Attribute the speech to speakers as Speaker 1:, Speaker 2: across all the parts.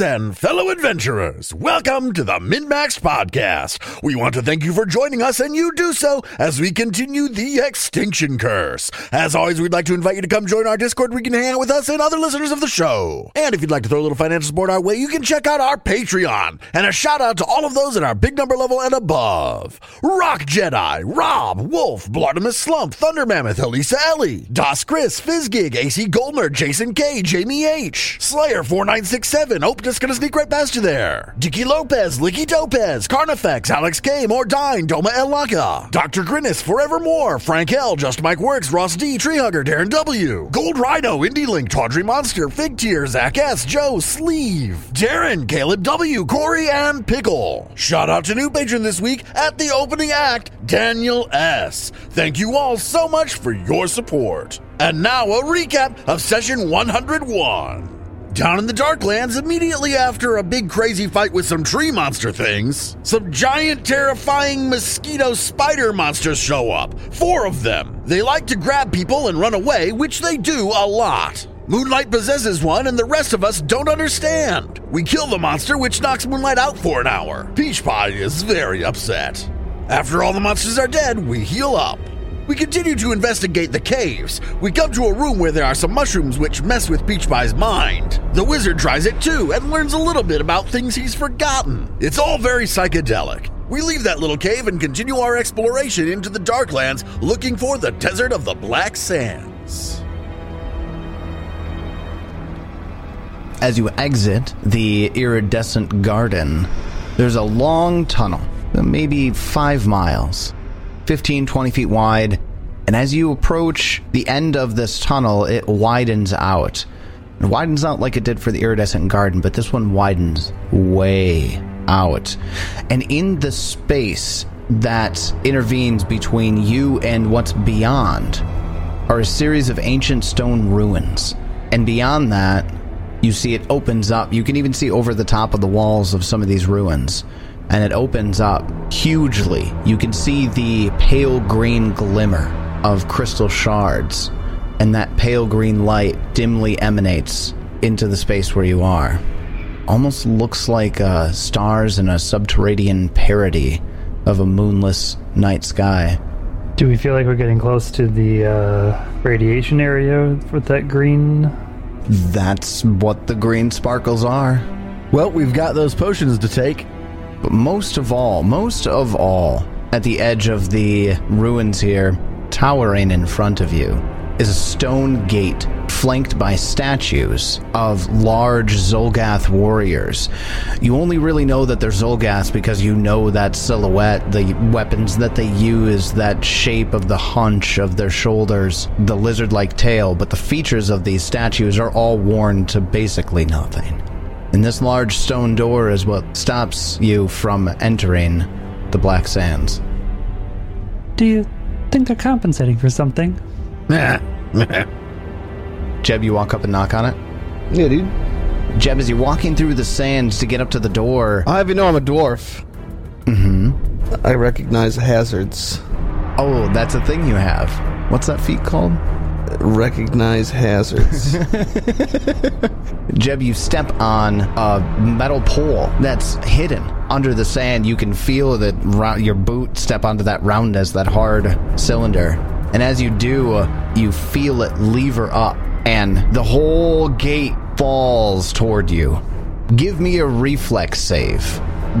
Speaker 1: and fellow adventurers, welcome to the MinMax Podcast. We want to thank you for joining us, and you do so as we continue the Extinction Curse. As always, we'd like to invite you to come join our Discord where you can hang out with us and other listeners of the show. And if you'd like to throw a little financial support our way, you can check out our Patreon. And a shout out to all of those at our big number level and above Rock Jedi, Rob, Wolf, Blartimus Slump, Thunder Mammoth, Elisa Ellie, Das Chris, Fizgig, AC Goldner, Jason K, Jamie H, Slayer 4967, Ope just gonna sneak right past you there, Dicky Lopez, Licky Topez, Carnifex, Alex K, Mordine, Doma El Laka, Dr. Grinnis, Forevermore, Frank L, Just Mike Works, Ross D, Treehugger, Darren W, Gold Rhino, Indie Link, Tawdry Monster, Fig Tear, Zach S, Joe, Sleeve, Darren, Caleb W, Corey, and Pickle. Shout out to new patron this week at the opening act, Daniel S. Thank you all so much for your support. And now a recap of session 101. Down in the Darklands, immediately after a big crazy fight with some tree monster things, some giant terrifying mosquito spider monsters show up. Four of them. They like to grab people and run away, which they do a lot. Moonlight possesses one, and the rest of us don't understand. We kill the monster, which knocks Moonlight out for an hour. Peach Pie is very upset. After all the monsters are dead, we heal up. We continue to investigate the caves. We come to a room where there are some mushrooms which mess with Peach Pie's mind. The wizard tries it too and learns a little bit about things he's forgotten. It's all very psychedelic. We leave that little cave and continue our exploration into the Darklands looking for the Desert of the Black Sands.
Speaker 2: As you exit the iridescent garden, there's a long tunnel, maybe five miles, 15, 20 feet wide. And as you approach the end of this tunnel, it widens out. It widens out like it did for the iridescent garden, but this one widens way out. And in the space that intervenes between you and what's beyond, are a series of ancient stone ruins. And beyond that, you see it opens up. You can even see over the top of the walls of some of these ruins. And it opens up hugely. You can see the pale green glimmer of crystal shards. And that pale green light dimly emanates into the space where you are. Almost looks like uh, stars in a subterranean parody of a moonless night sky.
Speaker 3: Do we feel like we're getting close to the uh, radiation area with that green?
Speaker 2: That's what the green sparkles are.
Speaker 4: Well, we've got those potions to take.
Speaker 2: But most of all, most of all, at the edge of the ruins here, towering in front of you, is a stone gate flanked by statues of large Zolgath warriors. You only really know that they're Zolgath because you know that silhouette, the weapons that they use, that shape of the hunch of their shoulders, the lizard like tail, but the features of these statues are all worn to basically nothing. And this large stone door is what stops you from entering the Black Sands.
Speaker 3: Do you think they're compensating for something?
Speaker 2: Jeb, you walk up and knock on it.
Speaker 4: Yeah, dude.
Speaker 2: Jeb, as you're walking through the sands to get up to the door,
Speaker 4: I even know I'm a dwarf. Mm-hmm. I recognize hazards.
Speaker 2: oh, that's a thing you have. What's that feat called?
Speaker 4: Recognize hazards.
Speaker 2: Jeb, you step on a metal pole that's hidden under the sand. You can feel that rou- your boot step onto that roundness, that hard cylinder. And as you do, uh, you feel it lever up, and the whole gate falls toward you. Give me a reflex save.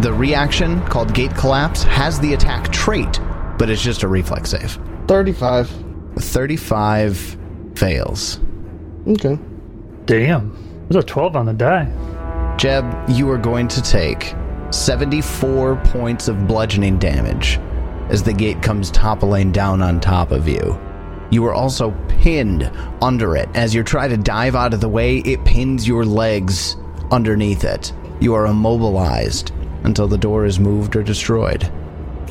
Speaker 2: The reaction, called gate collapse, has the attack trait, but it's just a reflex save.
Speaker 4: 35.
Speaker 2: 35 fails.
Speaker 4: Okay.
Speaker 3: Damn. There's a 12 on the die.
Speaker 2: Jeb, you are going to take 74 points of bludgeoning damage as the gate comes toppling down on top of you. You are also pinned under it. As you try to dive out of the way, it pins your legs underneath it. You are immobilized until the door is moved or destroyed.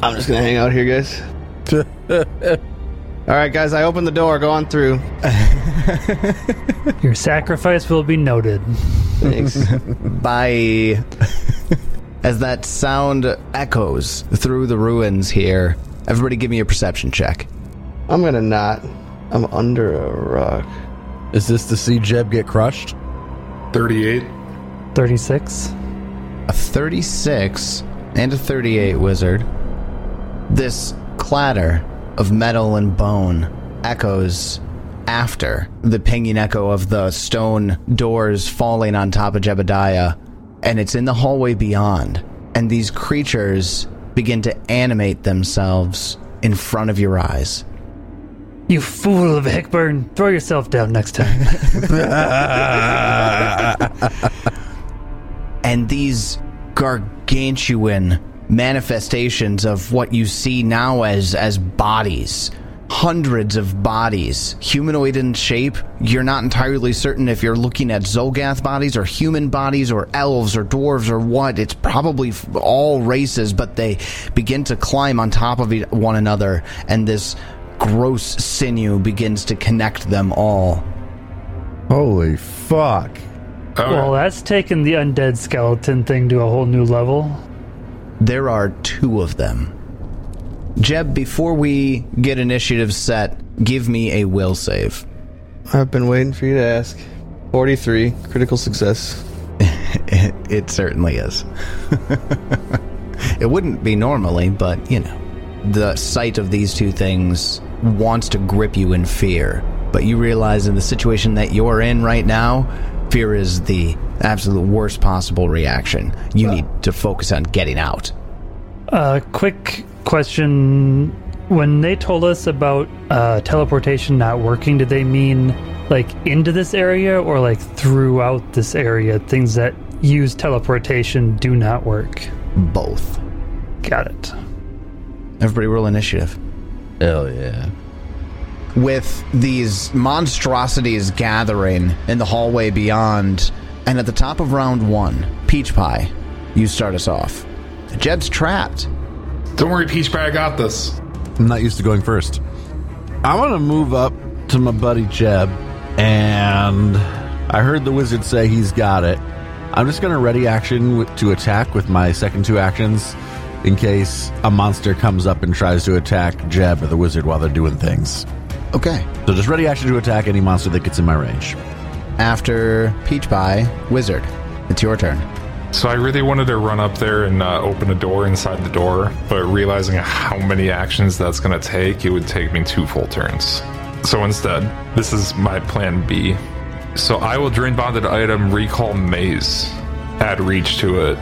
Speaker 4: I'm just gonna hang out here, guys. All right, guys. I open the door. Go on through.
Speaker 3: Your sacrifice will be noted.
Speaker 4: Thanks.
Speaker 2: Bye. as that sound echoes through the ruins here, everybody give me a perception check.
Speaker 4: I'm gonna not. I'm under a rock.
Speaker 5: Is this to see Jeb get crushed?
Speaker 6: 38.
Speaker 3: 36.
Speaker 2: a 36 and a 38 wizard. This clatter of metal and bone echoes after the pinging echo of the stone doors falling on top of Jebediah, and it's in the hallway beyond. And these creatures begin to animate themselves in front of your eyes.
Speaker 3: You fool of Hickburn! Throw yourself down next time.
Speaker 2: and these gargantuan manifestations of what you see now as as bodies hundreds of bodies humanoid in shape you're not entirely certain if you're looking at zolgath bodies or human bodies or elves or dwarves or what it's probably f- all races but they begin to climb on top of e- one another and this gross sinew begins to connect them all
Speaker 1: Holy fuck.
Speaker 3: well, that's taken the undead skeleton thing to a whole new level.
Speaker 2: There are two of them. Jeb, before we get initiative set, give me a will save.
Speaker 4: I've been waiting for you to ask. 43, critical success.
Speaker 2: It, it certainly is. it wouldn't be normally, but you know. The sight of these two things wants to grip you in fear, but you realize in the situation that you're in right now, fear is the absolute worst possible reaction. You need to focus on getting out.
Speaker 3: Uh, quick question. When they told us about uh, teleportation not working, did they mean like into this area or like throughout this area? Things that use teleportation do not work.
Speaker 2: Both.
Speaker 3: Got it.
Speaker 2: Everybody roll initiative.
Speaker 1: Hell yeah.
Speaker 2: with these monstrosities gathering in the hallway beyond. And at the top of round one, Peach Pie, you start us off. Jeb's trapped.
Speaker 7: Don't worry, Peach Pie, I got this.
Speaker 1: I'm not used to going first. I want to move up to my buddy Jeb, and I heard the wizard say he's got it. I'm just going to ready action with, to attack with my second two actions in case a monster comes up and tries to attack Jeb or the wizard while they're doing things.
Speaker 2: Okay.
Speaker 1: So just ready action to attack any monster that gets in my range.
Speaker 2: After Peach Pie, Wizard, it's your turn.
Speaker 7: So I really wanted to run up there and uh, open a door inside the door, but realizing how many actions that's going to take, it would take me two full turns. So instead, this is my plan B. So I will drain bonded item recall maze, add reach to it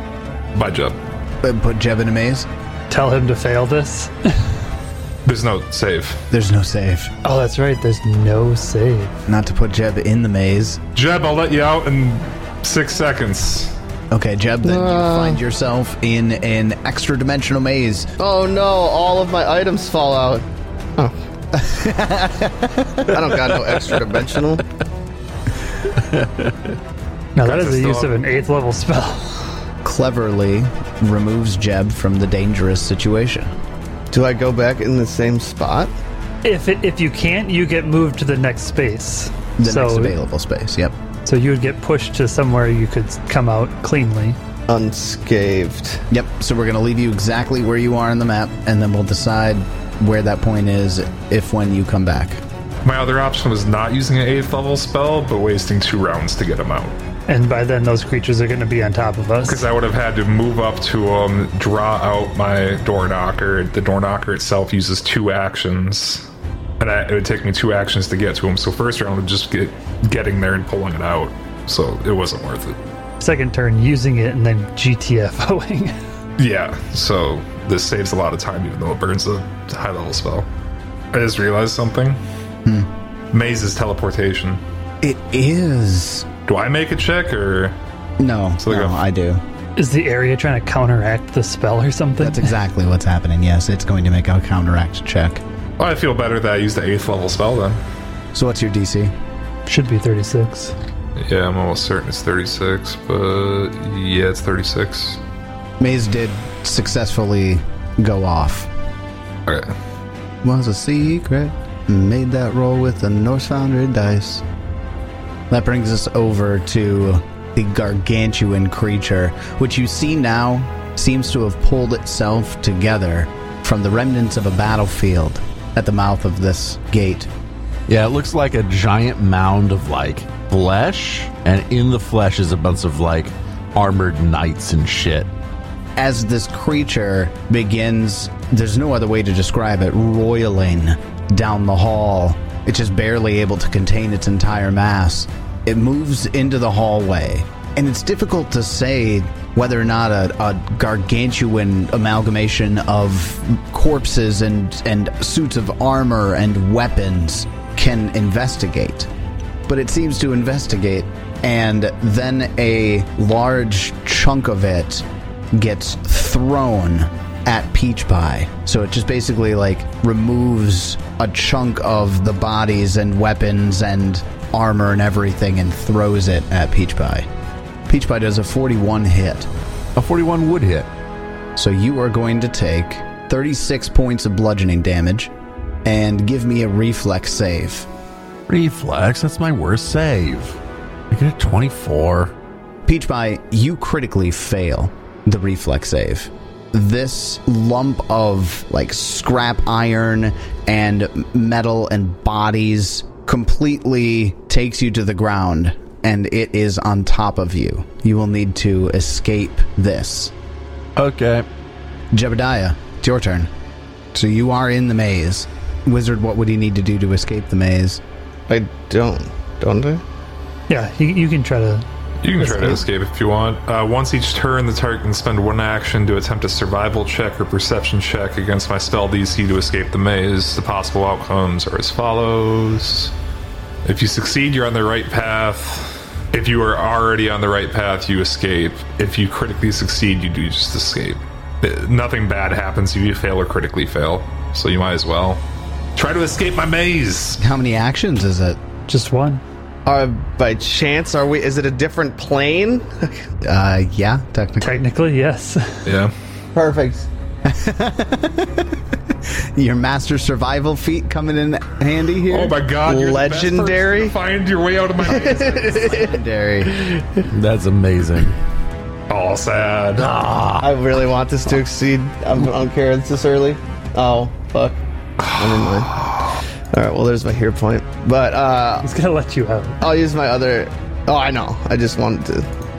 Speaker 7: by Jeb.
Speaker 2: But put Jeb in a maze.
Speaker 3: Tell him to fail this.
Speaker 7: There's no save.
Speaker 2: There's no save.
Speaker 3: oh, that's right. There's no save.
Speaker 2: Not to put Jeb in the maze.
Speaker 7: Jeb, I'll let you out in six seconds.
Speaker 2: Okay, Jeb, then you find yourself in an extra dimensional maze.
Speaker 4: Oh no, all of my items fall out. Oh. I don't got no extra dimensional.
Speaker 3: Now that
Speaker 7: Guys,
Speaker 3: is the
Speaker 7: it's
Speaker 3: use
Speaker 7: still
Speaker 3: of an
Speaker 7: up.
Speaker 3: eighth level spell.
Speaker 2: Cleverly removes Jeb from the dangerous situation.
Speaker 4: Do I go back in the same spot?
Speaker 3: If it, if you can't, you get moved to the next space.
Speaker 2: The
Speaker 3: so
Speaker 2: next available space. Yep.
Speaker 3: so you would get pushed to somewhere you could come out cleanly.
Speaker 4: Unscathed.
Speaker 2: Yep. So we're going to leave you exactly where you are on the map, and then we'll decide where that point is if when you come back.
Speaker 7: My other option was not using an 8th level spell, but wasting two rounds to get him out.
Speaker 3: And by then, those creatures are going to be on top of us.
Speaker 7: Because I would have had to move up to um, draw out my door knocker. The door knocker itself uses two actions, and I, it would take me two actions to get to him. So first round would just get getting there and pulling it out. So it wasn't worth it.
Speaker 3: Second turn, using it and then GTFOing.
Speaker 7: Yeah. So this saves a lot of time, even though it burns a high level spell. I just realized something. Maze is teleportation.
Speaker 2: It is.
Speaker 7: Do I make a check or?
Speaker 2: No,
Speaker 7: So they
Speaker 2: no,
Speaker 7: go-
Speaker 2: I do.
Speaker 3: Is the area trying to counteract the spell or something?
Speaker 2: That's exactly what's happening. Yes, it's going to make a counteract check.
Speaker 7: Oh, I feel better that I used the eighth level spell then.
Speaker 2: So what's your DC?
Speaker 3: Should be 36.
Speaker 7: Yeah, I'm almost certain it's 36, but yeah, it's 36.
Speaker 2: Maze did successfully go off.
Speaker 7: Okay.
Speaker 2: Was a secret. Made that roll with the Norse Foundry dice. That brings us over to the gargantuan creature, which you see now seems to have pulled itself together from the remnants of a battlefield at the mouth of this gate.
Speaker 1: Yeah, it looks like a giant mound of like flesh, and in the flesh is a bunch of like armored knights and shit.
Speaker 2: as this creature begins, there's no other way to describe it, roiling down the hall. It's just barely able to contain its entire mass. It moves into the hallway, and it's difficult to say whether or not a, a gargantuan amalgamation of corpses and, and suits of armor and weapons can investigate but it seems to investigate, and then a large chunk of it gets thrown at Peach Pie. So it just basically like removes a chunk of the bodies and weapons and armor and everything and throws it at Peach Pie. Peach Pie does a 41 hit.
Speaker 1: A 41 would hit.
Speaker 2: So you are going to take 36 points of bludgeoning damage and give me a reflex save.
Speaker 1: Reflex, that's my worst save. I get a 24.
Speaker 2: Peach Pie, you critically fail the reflex save. This lump of like scrap iron and metal and bodies completely takes you to the ground and it is on top of you. You will need to escape this.
Speaker 1: Okay.
Speaker 2: Jebediah, it's your turn. So you are in the maze. Wizard, what would he need to do to escape the maze?
Speaker 4: I don't, don't I?
Speaker 3: Yeah, you, you can try to.
Speaker 7: You can try to escape if you want. Uh, once each turn, the target can spend one action to attempt a survival check or perception check against my spell DC to escape the maze. The possible outcomes are as follows. If you succeed, you're on the right path. If you are already on the right path, you escape. If you critically succeed, you do just escape. Uh, Nothing bad happens if you fail or critically fail, so you might as well. Try to escape my maze!
Speaker 2: How many actions is it?
Speaker 3: Just one.
Speaker 4: Are Uh, by chance are we? Is it a different plane?
Speaker 2: Uh, yeah, technically.
Speaker 3: Technically, yes.
Speaker 7: Yeah.
Speaker 4: Perfect.
Speaker 2: Your master survival feat coming in handy here.
Speaker 7: Oh my god, you're
Speaker 4: Legendary?
Speaker 7: The best person to find your way out of my maze.
Speaker 2: Legendary.
Speaker 1: That's amazing.
Speaker 7: All Ah. sad.
Speaker 4: I really want this to exceed. I'm, I don't care. It's this early. Oh fuck. Never mind. All right. Well, there's my hero point. But uh,
Speaker 3: He's gonna let you out.
Speaker 4: I'll use my other. Oh, I know. I just wanted to,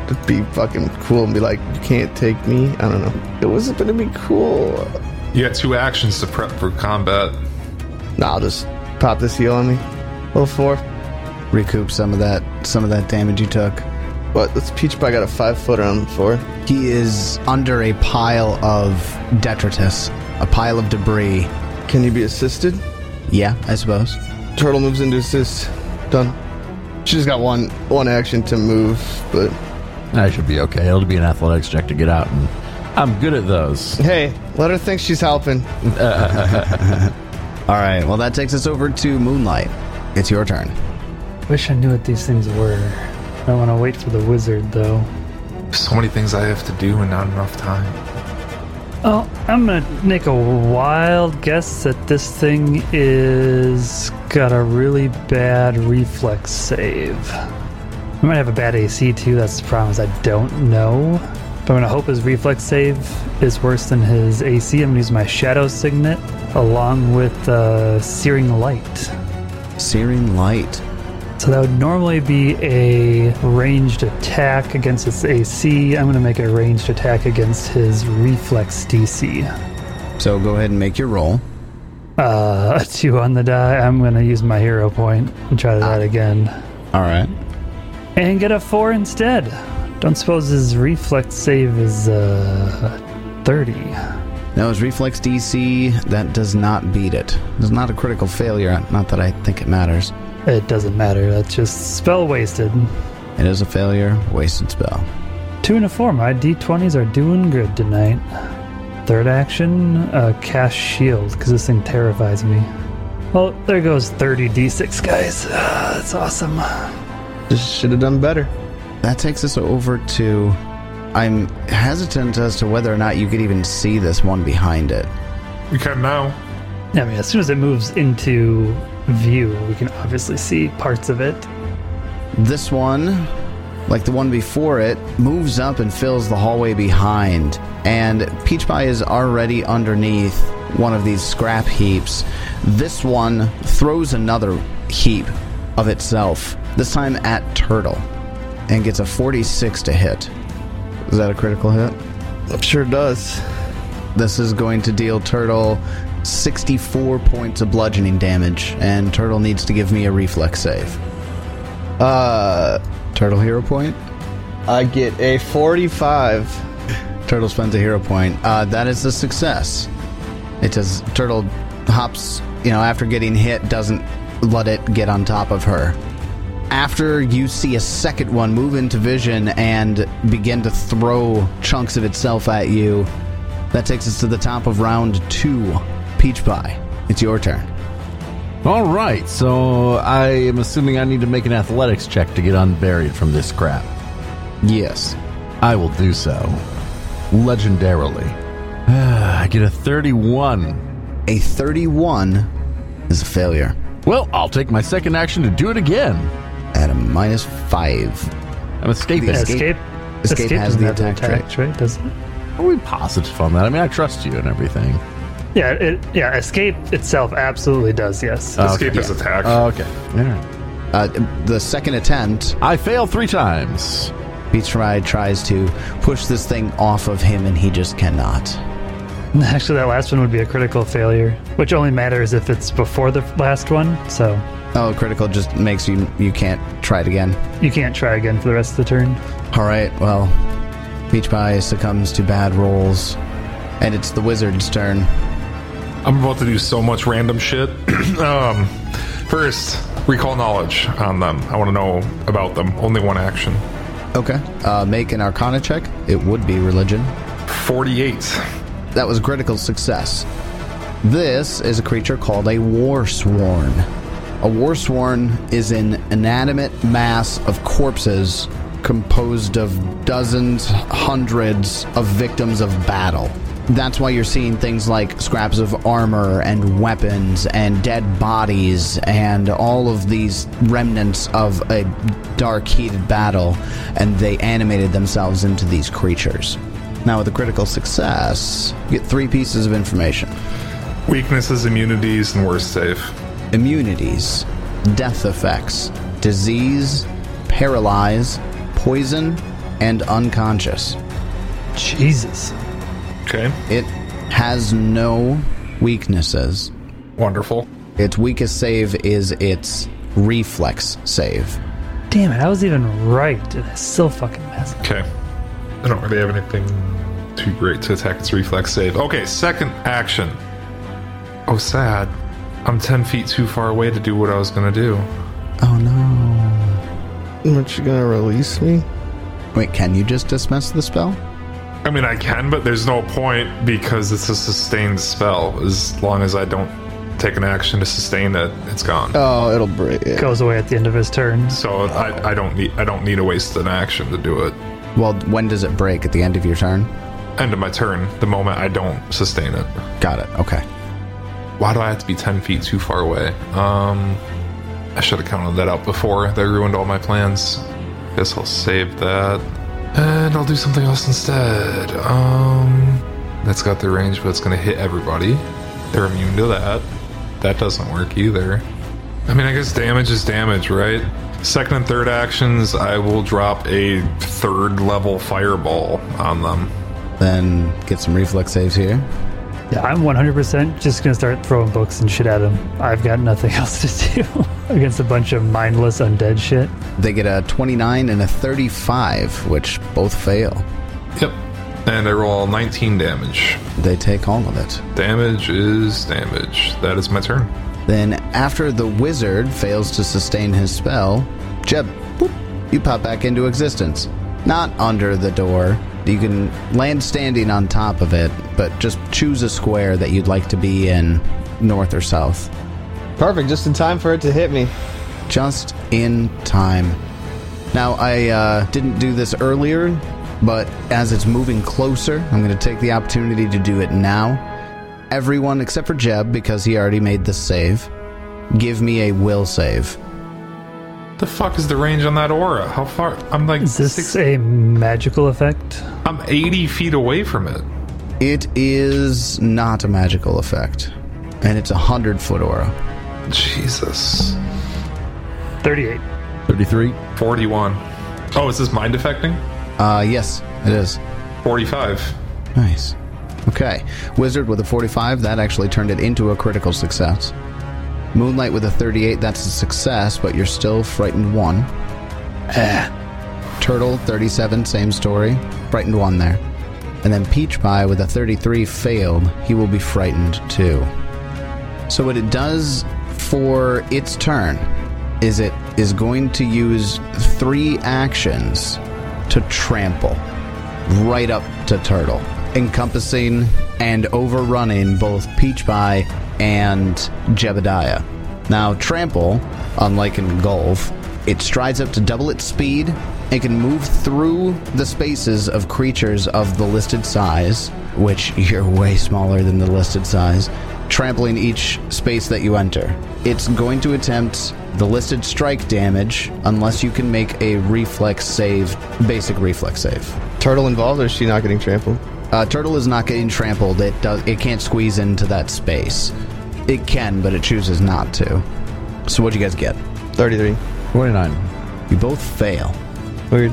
Speaker 4: to be fucking cool and be like, you can't take me. I don't know. It wasn't gonna be cool.
Speaker 7: You got two actions to prep for combat.
Speaker 4: Nah, I'll just pop this heal on me. Level four.
Speaker 2: Recoup some of that some of that damage you took.
Speaker 4: What? This peach pie got a five footer on the floor.
Speaker 2: He is under a pile of detritus, a pile of debris.
Speaker 4: Can you be assisted?
Speaker 2: Yeah, I suppose.
Speaker 4: Turtle moves into assist. Done. She's got one one action to move, but
Speaker 1: I should be okay. It'll be an athletics check to get out, and I'm good at those.
Speaker 4: hey, let her think she's helping.
Speaker 2: All right. Well, that takes us over to Moonlight. It's your turn.
Speaker 3: Wish I knew what these things were. I want to wait for the wizard though.
Speaker 7: So many things I have to do and not enough time.
Speaker 3: Oh, I'm gonna make a wild guess that this thing is got a really bad reflex save. I might have a bad AC too. That's the problem. Is I don't know. But I'm gonna hope his reflex save is worse than his AC. I'm gonna use my shadow signet along with uh, searing light.
Speaker 2: Searing light.
Speaker 3: So that would normally be a ranged attack against its AC. I'm going to make a ranged attack against his reflex DC.
Speaker 2: So go ahead and make your roll.
Speaker 3: Uh, a two on the die. I'm going to use my hero point and try that again.
Speaker 2: All right.
Speaker 3: And get a four instead. Don't suppose his reflex save is uh, 30.
Speaker 2: Now his reflex DC that does not beat it. It's not a critical failure. Not that I think it matters.
Speaker 3: It doesn't matter. That's just spell wasted.
Speaker 2: It is a failure. Wasted spell.
Speaker 3: Two and a four. My d20s are doing good tonight. Third action, uh, cast shield, because this thing terrifies me. Well, there goes 30 d6, guys. Ah, that's awesome.
Speaker 4: Just should have done better.
Speaker 2: That takes us over to. I'm hesitant as to whether or not you could even see this one behind it.
Speaker 7: You can now.
Speaker 3: I mean, as soon as it moves into view, we can obviously see parts of it.
Speaker 2: This one, like the one before it, moves up and fills the hallway behind. And Peach Pie is already underneath one of these scrap heaps. This one throws another heap of itself, this time at Turtle, and gets a 46 to hit. Is that a critical hit?
Speaker 4: Sure does.
Speaker 2: This is going to deal Turtle 64 points of bludgeoning damage, and Turtle needs to give me a reflex save. Uh, Turtle hero point?
Speaker 4: I get a 45.
Speaker 2: Turtle spends a hero point. Uh, that is a success. It does. Turtle hops, you know, after getting hit, doesn't let it get on top of her. After you see a second one move into vision and begin to throw chunks of itself at you, that takes us to the top of round two. Peach Pie, it's your turn.
Speaker 1: All right, so I am assuming I need to make an athletics check to get unburied from this crap.
Speaker 2: Yes.
Speaker 1: I will do so. Legendarily. I get a 31.
Speaker 2: A 31 is a failure
Speaker 1: Well, I'll take my second action to do it again.
Speaker 2: at a minus five.
Speaker 1: I'm escaping.
Speaker 2: Yes. Escape-
Speaker 3: Escape.
Speaker 2: escape has
Speaker 3: doesn't
Speaker 2: the
Speaker 3: have
Speaker 2: attack trait.
Speaker 3: trait, does it?
Speaker 1: Are we positive on that? I mean, I trust you and everything.
Speaker 3: Yeah, it, yeah. Escape itself absolutely does. Yes.
Speaker 2: Oh.
Speaker 7: Escape his attack.
Speaker 1: Okay. All right.
Speaker 2: Uh, the second attempt
Speaker 1: I fail three times.
Speaker 2: Beach Ride tries to push this thing off of him and he just cannot.
Speaker 3: Actually, that last one would be a critical failure, which only matters if it's before the last one. So
Speaker 2: Oh, critical just makes you you can't try it again.
Speaker 3: you can't try again for the rest of the turn.
Speaker 2: All right, well, Beach Pie succumbs to bad rolls, and it's the wizard's turn.
Speaker 7: I'm about to do so much random shit. um, first, recall knowledge on them. I want to know about them. Only one action.
Speaker 2: Okay, uh, make an Arcana check. It would be religion.
Speaker 7: 48.
Speaker 2: That was a critical success. This is a creature called a war sworn. A war sworn is an inanimate mass of corpses composed of dozens, hundreds of victims of battle. That's why you're seeing things like scraps of armor and weapons and dead bodies and all of these remnants of a dark, heated battle, and they animated themselves into these creatures. Now, with a critical success, you get three pieces of information
Speaker 7: Weaknesses, immunities, and worst save.
Speaker 2: immunities, death effects, disease, paralyze, poison, and unconscious.
Speaker 3: Jesus.
Speaker 7: Okay.
Speaker 2: It has no weaknesses.
Speaker 7: Wonderful.
Speaker 2: Its weakest save is its reflex save.
Speaker 3: Damn it! I was even right, and I still fucking messed.
Speaker 7: Okay. I don't really have anything too great to attack its reflex save. Okay, second action. Oh, sad. I'm 10 feet too far away to do what I was going to do.
Speaker 2: Oh no.
Speaker 4: Aren't you gonna release me?
Speaker 2: Wait, can you just dismiss the spell?
Speaker 7: I mean, I can, but there's no point because it's a sustained spell. As long as I don't take an action to sustain it, it's gone.
Speaker 4: Oh, it'll break. It.
Speaker 3: Goes away at the end of his turn.
Speaker 7: So I, I don't need I don't need to waste an action to do it.
Speaker 2: Well, when does it break? At the end of your turn?
Speaker 7: End of my turn. The moment I don't sustain it.
Speaker 2: Got it. Okay.
Speaker 7: Why do I have to be ten feet too far away? Um, I should have counted that out before. That ruined all my plans. Guess I'll save that, and I'll do something else instead. Um, that's got the range, but it's gonna hit everybody. They're immune to that. That doesn't work either. I mean, I guess damage is damage, right? Second and third actions, I will drop a third level fireball on them.
Speaker 2: Then get some reflex saves here.
Speaker 3: Yeah, I'm 100% just gonna start throwing books and shit at him. I've got nothing else to do against a bunch of mindless undead shit.
Speaker 2: They get a 29 and a 35, which both fail.
Speaker 7: Yep. And I roll 19 damage.
Speaker 2: They take all of it.
Speaker 7: Damage is damage. That is my turn.
Speaker 2: Then, after the wizard fails to sustain his spell, Jeb, boop, you pop back into existence. Not under the door. You can land standing on top of it, but just choose a square that you'd like to be in, north or south.
Speaker 4: Perfect, just in time for it to hit me.
Speaker 2: just in time. Now, I uh, didn't do this earlier, but as it's moving closer, I'm going to take the opportunity to do it now. Everyone except for Jeb, because he already made the save, give me a will save.
Speaker 7: The fuck is the range on that aura? How far? I'm like
Speaker 3: Is this
Speaker 7: six,
Speaker 3: a magical effect?
Speaker 7: I'm 80 feet away from it.
Speaker 2: It is not a magical effect, and it's a 100 foot aura.
Speaker 7: Jesus.
Speaker 3: 38.
Speaker 1: 33.
Speaker 7: 41. Oh, is this mind affecting?
Speaker 2: Uh, yes, It is.
Speaker 7: 45.
Speaker 2: Nice. Okay. Wizard with a 45, that actually turned it into a critical success. Moonlight with a 38, that's a success, but you're still frightened one. Eh. Turtle, 37, same story. Frightened one there. And then Peach Pie with a 33 failed. He will be frightened too. So what it does for its turn is it is going to use three actions to trample right up to Turtle, encompassing and overrunning both Peach Pie and Jebediah. Now, Trample, unlike in Golf, it strides up to double its speed and can move through the spaces of creatures of the listed size, which you're way smaller than the listed size, trampling each space that you enter. It's going to attempt the listed strike damage unless you can make a reflex save, basic reflex save.
Speaker 4: Turtle involved, or is she not getting trampled?
Speaker 2: Uh, turtle is not getting trampled. It does. It can't squeeze into that space. It can, but it chooses not to. So what'd you guys get?
Speaker 4: 33.
Speaker 1: 29.
Speaker 2: You both fail.
Speaker 4: Weird.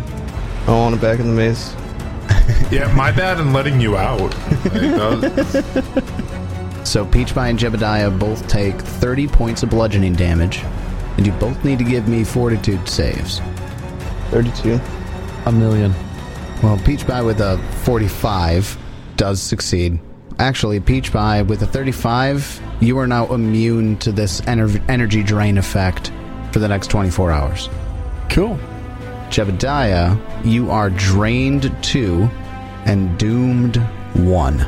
Speaker 4: I want it back in the maze.
Speaker 7: Yeah, my bad in letting you out. Like, that was-
Speaker 2: So Peach Pie and Jebediah both take 30 points of bludgeoning damage, and you both need to give me fortitude saves.
Speaker 4: 32.
Speaker 1: A million.
Speaker 2: Well, Peach Pie with a 45 does succeed. Actually, Peach Pie with a 35, you are now immune to this ener- energy drain effect for the next 24 hours.
Speaker 1: Cool.
Speaker 2: Jebediah, you are drained two and doomed one.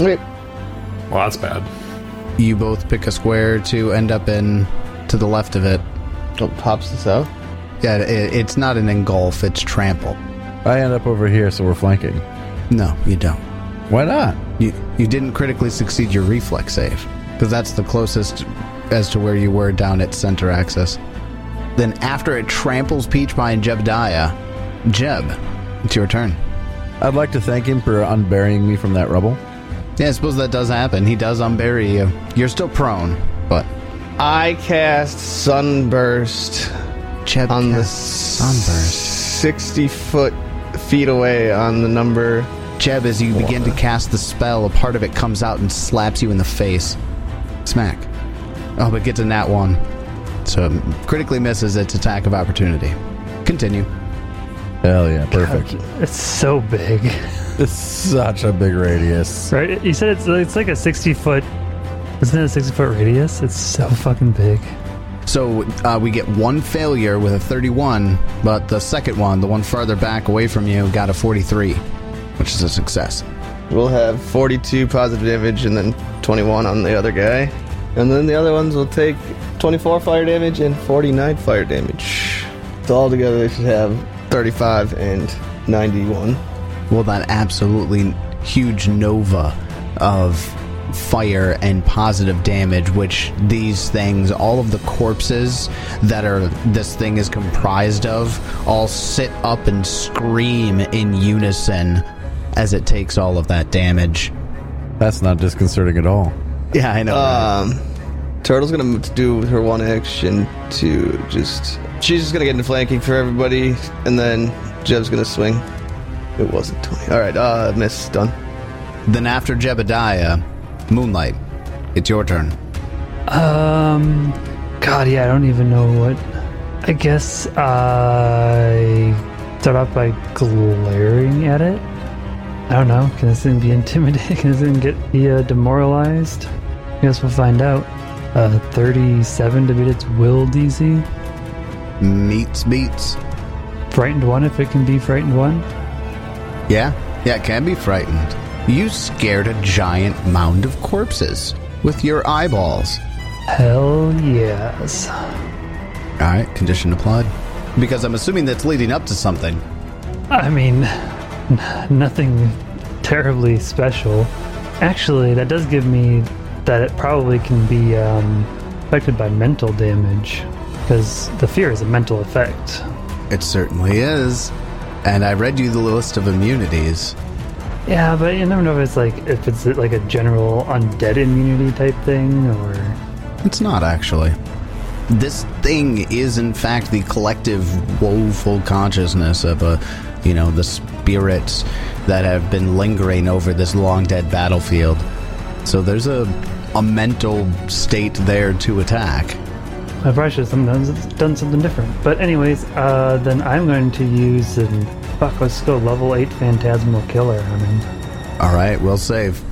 Speaker 4: Okay.
Speaker 7: well, that's bad.
Speaker 2: You both pick a square to end up in to the left of it.
Speaker 4: Oh, pops this out.
Speaker 2: Yeah, it, it's not an engulf, it's trample.
Speaker 1: I end up over here, so we're flanking.
Speaker 2: No, you don't.
Speaker 1: Why not?
Speaker 2: You, you didn't critically succeed your reflex save, because that's the closest as to where you were down at center axis. Then, after it tramples Peach Pie and Jebediah, Jeb, it's your turn.
Speaker 1: I'd like to thank him for unburying me from that rubble.
Speaker 2: Yeah, I suppose that does happen. He does unbury you. You're still prone, but
Speaker 4: I cast Sunburst
Speaker 2: Jeb
Speaker 4: on the
Speaker 2: casts sunburst.
Speaker 4: 60 foot feet away on the number.
Speaker 2: Jeb, as you begin to cast the spell, a part of it comes out and slaps you in the face. Smack. Oh, but gets a nat one. So it critically misses its attack of opportunity. Continue.
Speaker 1: Hell yeah, perfect.
Speaker 3: It's so big,
Speaker 1: It's such a big radius.
Speaker 3: right? You said it's it's like a sixty foot. Isn't it a sixty foot radius? It's so fucking big.
Speaker 2: So uh, we get one failure with a 31, but the second one, the one farther back away from you, got a 43, which is a success.
Speaker 4: We'll have 42 positive damage and then 21 on the other guy. And then the other ones will take 24 fire damage and 49 fire damage. So all together they should have 35 and 91.
Speaker 2: Well, that absolutely huge nova of fire and positive damage, which these things, all of the corpses that are this thing is comprised of, all sit up and scream in unison as it takes all of that damage.
Speaker 1: That's not disconcerting at all.
Speaker 2: Yeah, I know.
Speaker 4: Um, Turtle's gonna move to do her one action to just. She's just gonna get into flanking for everybody, and then Jeb's gonna swing. It wasn't 20. Alright, uh, miss, done.
Speaker 2: then after Jebediah, Moonlight, it's your turn.
Speaker 3: Um, God, yeah, I don't even know what. I guess I start off by glaring at it. I don't know. Can this thing be intimidated? Can this thing get be uh, demoralized? I guess we'll find out. Uh, 37 to beat its will DC.
Speaker 2: Meets beats.
Speaker 3: Frightened one, if it can be frightened one.
Speaker 2: Yeah, yeah, it can be frightened. You scared a giant mound of corpses with your eyeballs.
Speaker 3: Hell yes.
Speaker 2: All right, condition applied. Because I'm assuming that's leading up to something.
Speaker 3: I mean, n- nothing terribly special. Actually, that does give me that it probably can be um, affected by mental damage because the fear is a mental effect.
Speaker 2: It certainly is. And I read you the list of immunities.
Speaker 3: Yeah, but you never know if it's like if it's like a general undead immunity type thing or
Speaker 2: It's not actually. This thing is, in fact, the collective woeful consciousness of a you know, the spirits that have been lingering over this long dead battlefield. So there's a, a mental state there to attack.
Speaker 3: I probably should have sometimes done something different. But anyways, uh, then I'm going to use an fuck. Let's go level eight phantasmal killer on him.
Speaker 2: All right, we'll save.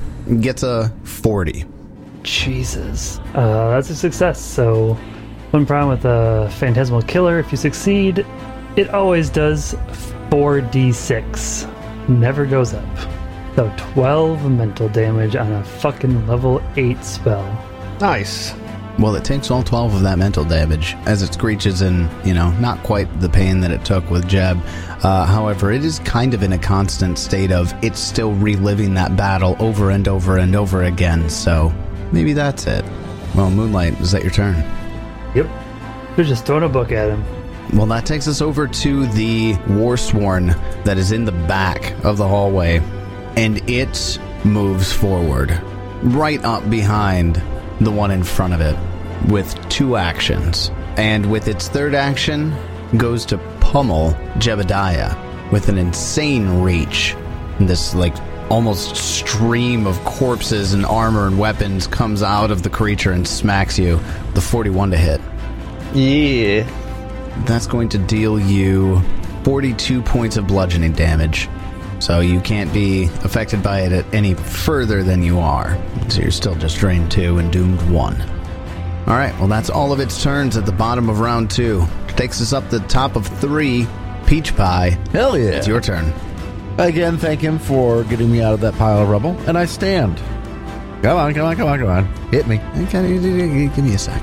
Speaker 2: Gets a 40.
Speaker 3: Jesus, uh, that's a success. So one problem with a phantasmal killer. If you succeed, it always does four d six. Never goes up. So twelve mental damage on a fucking level eight spell.
Speaker 4: Nice.
Speaker 2: Well, it takes all 12 of that mental damage as it screeches in, you know, not quite the pain that it took with Jeb. Uh, however, it is kind of in a constant state of it's still reliving that battle over and over and over again, so maybe that's it. Well, Moonlight, is that your turn?
Speaker 3: Yep. They're just throwing a book at him.
Speaker 2: Well, that takes us over to the war sworn that is in the back of the hallway, and it moves forward, right up behind the one in front of it, with two actions. And with its third action, goes to pummel Jebediah with an insane reach. This, like, almost stream of corpses and armor and weapons comes out of the creature and smacks you. The 41 to hit.
Speaker 4: Yeah.
Speaker 2: That's going to deal you 42 points of bludgeoning damage. So you can't be affected by it at any further than you are. So you're still just drained 2 and doomed 1. Alright, well, that's all of its turns at the bottom of round 2. Takes us up to the top of 3. Peach Pie,
Speaker 1: Hell yeah.
Speaker 2: it's your turn.
Speaker 1: Again, thank him for getting me out of that pile of rubble, and I stand. Come on, come on, come on, come on. Hit me.
Speaker 2: Okay, give me a sec.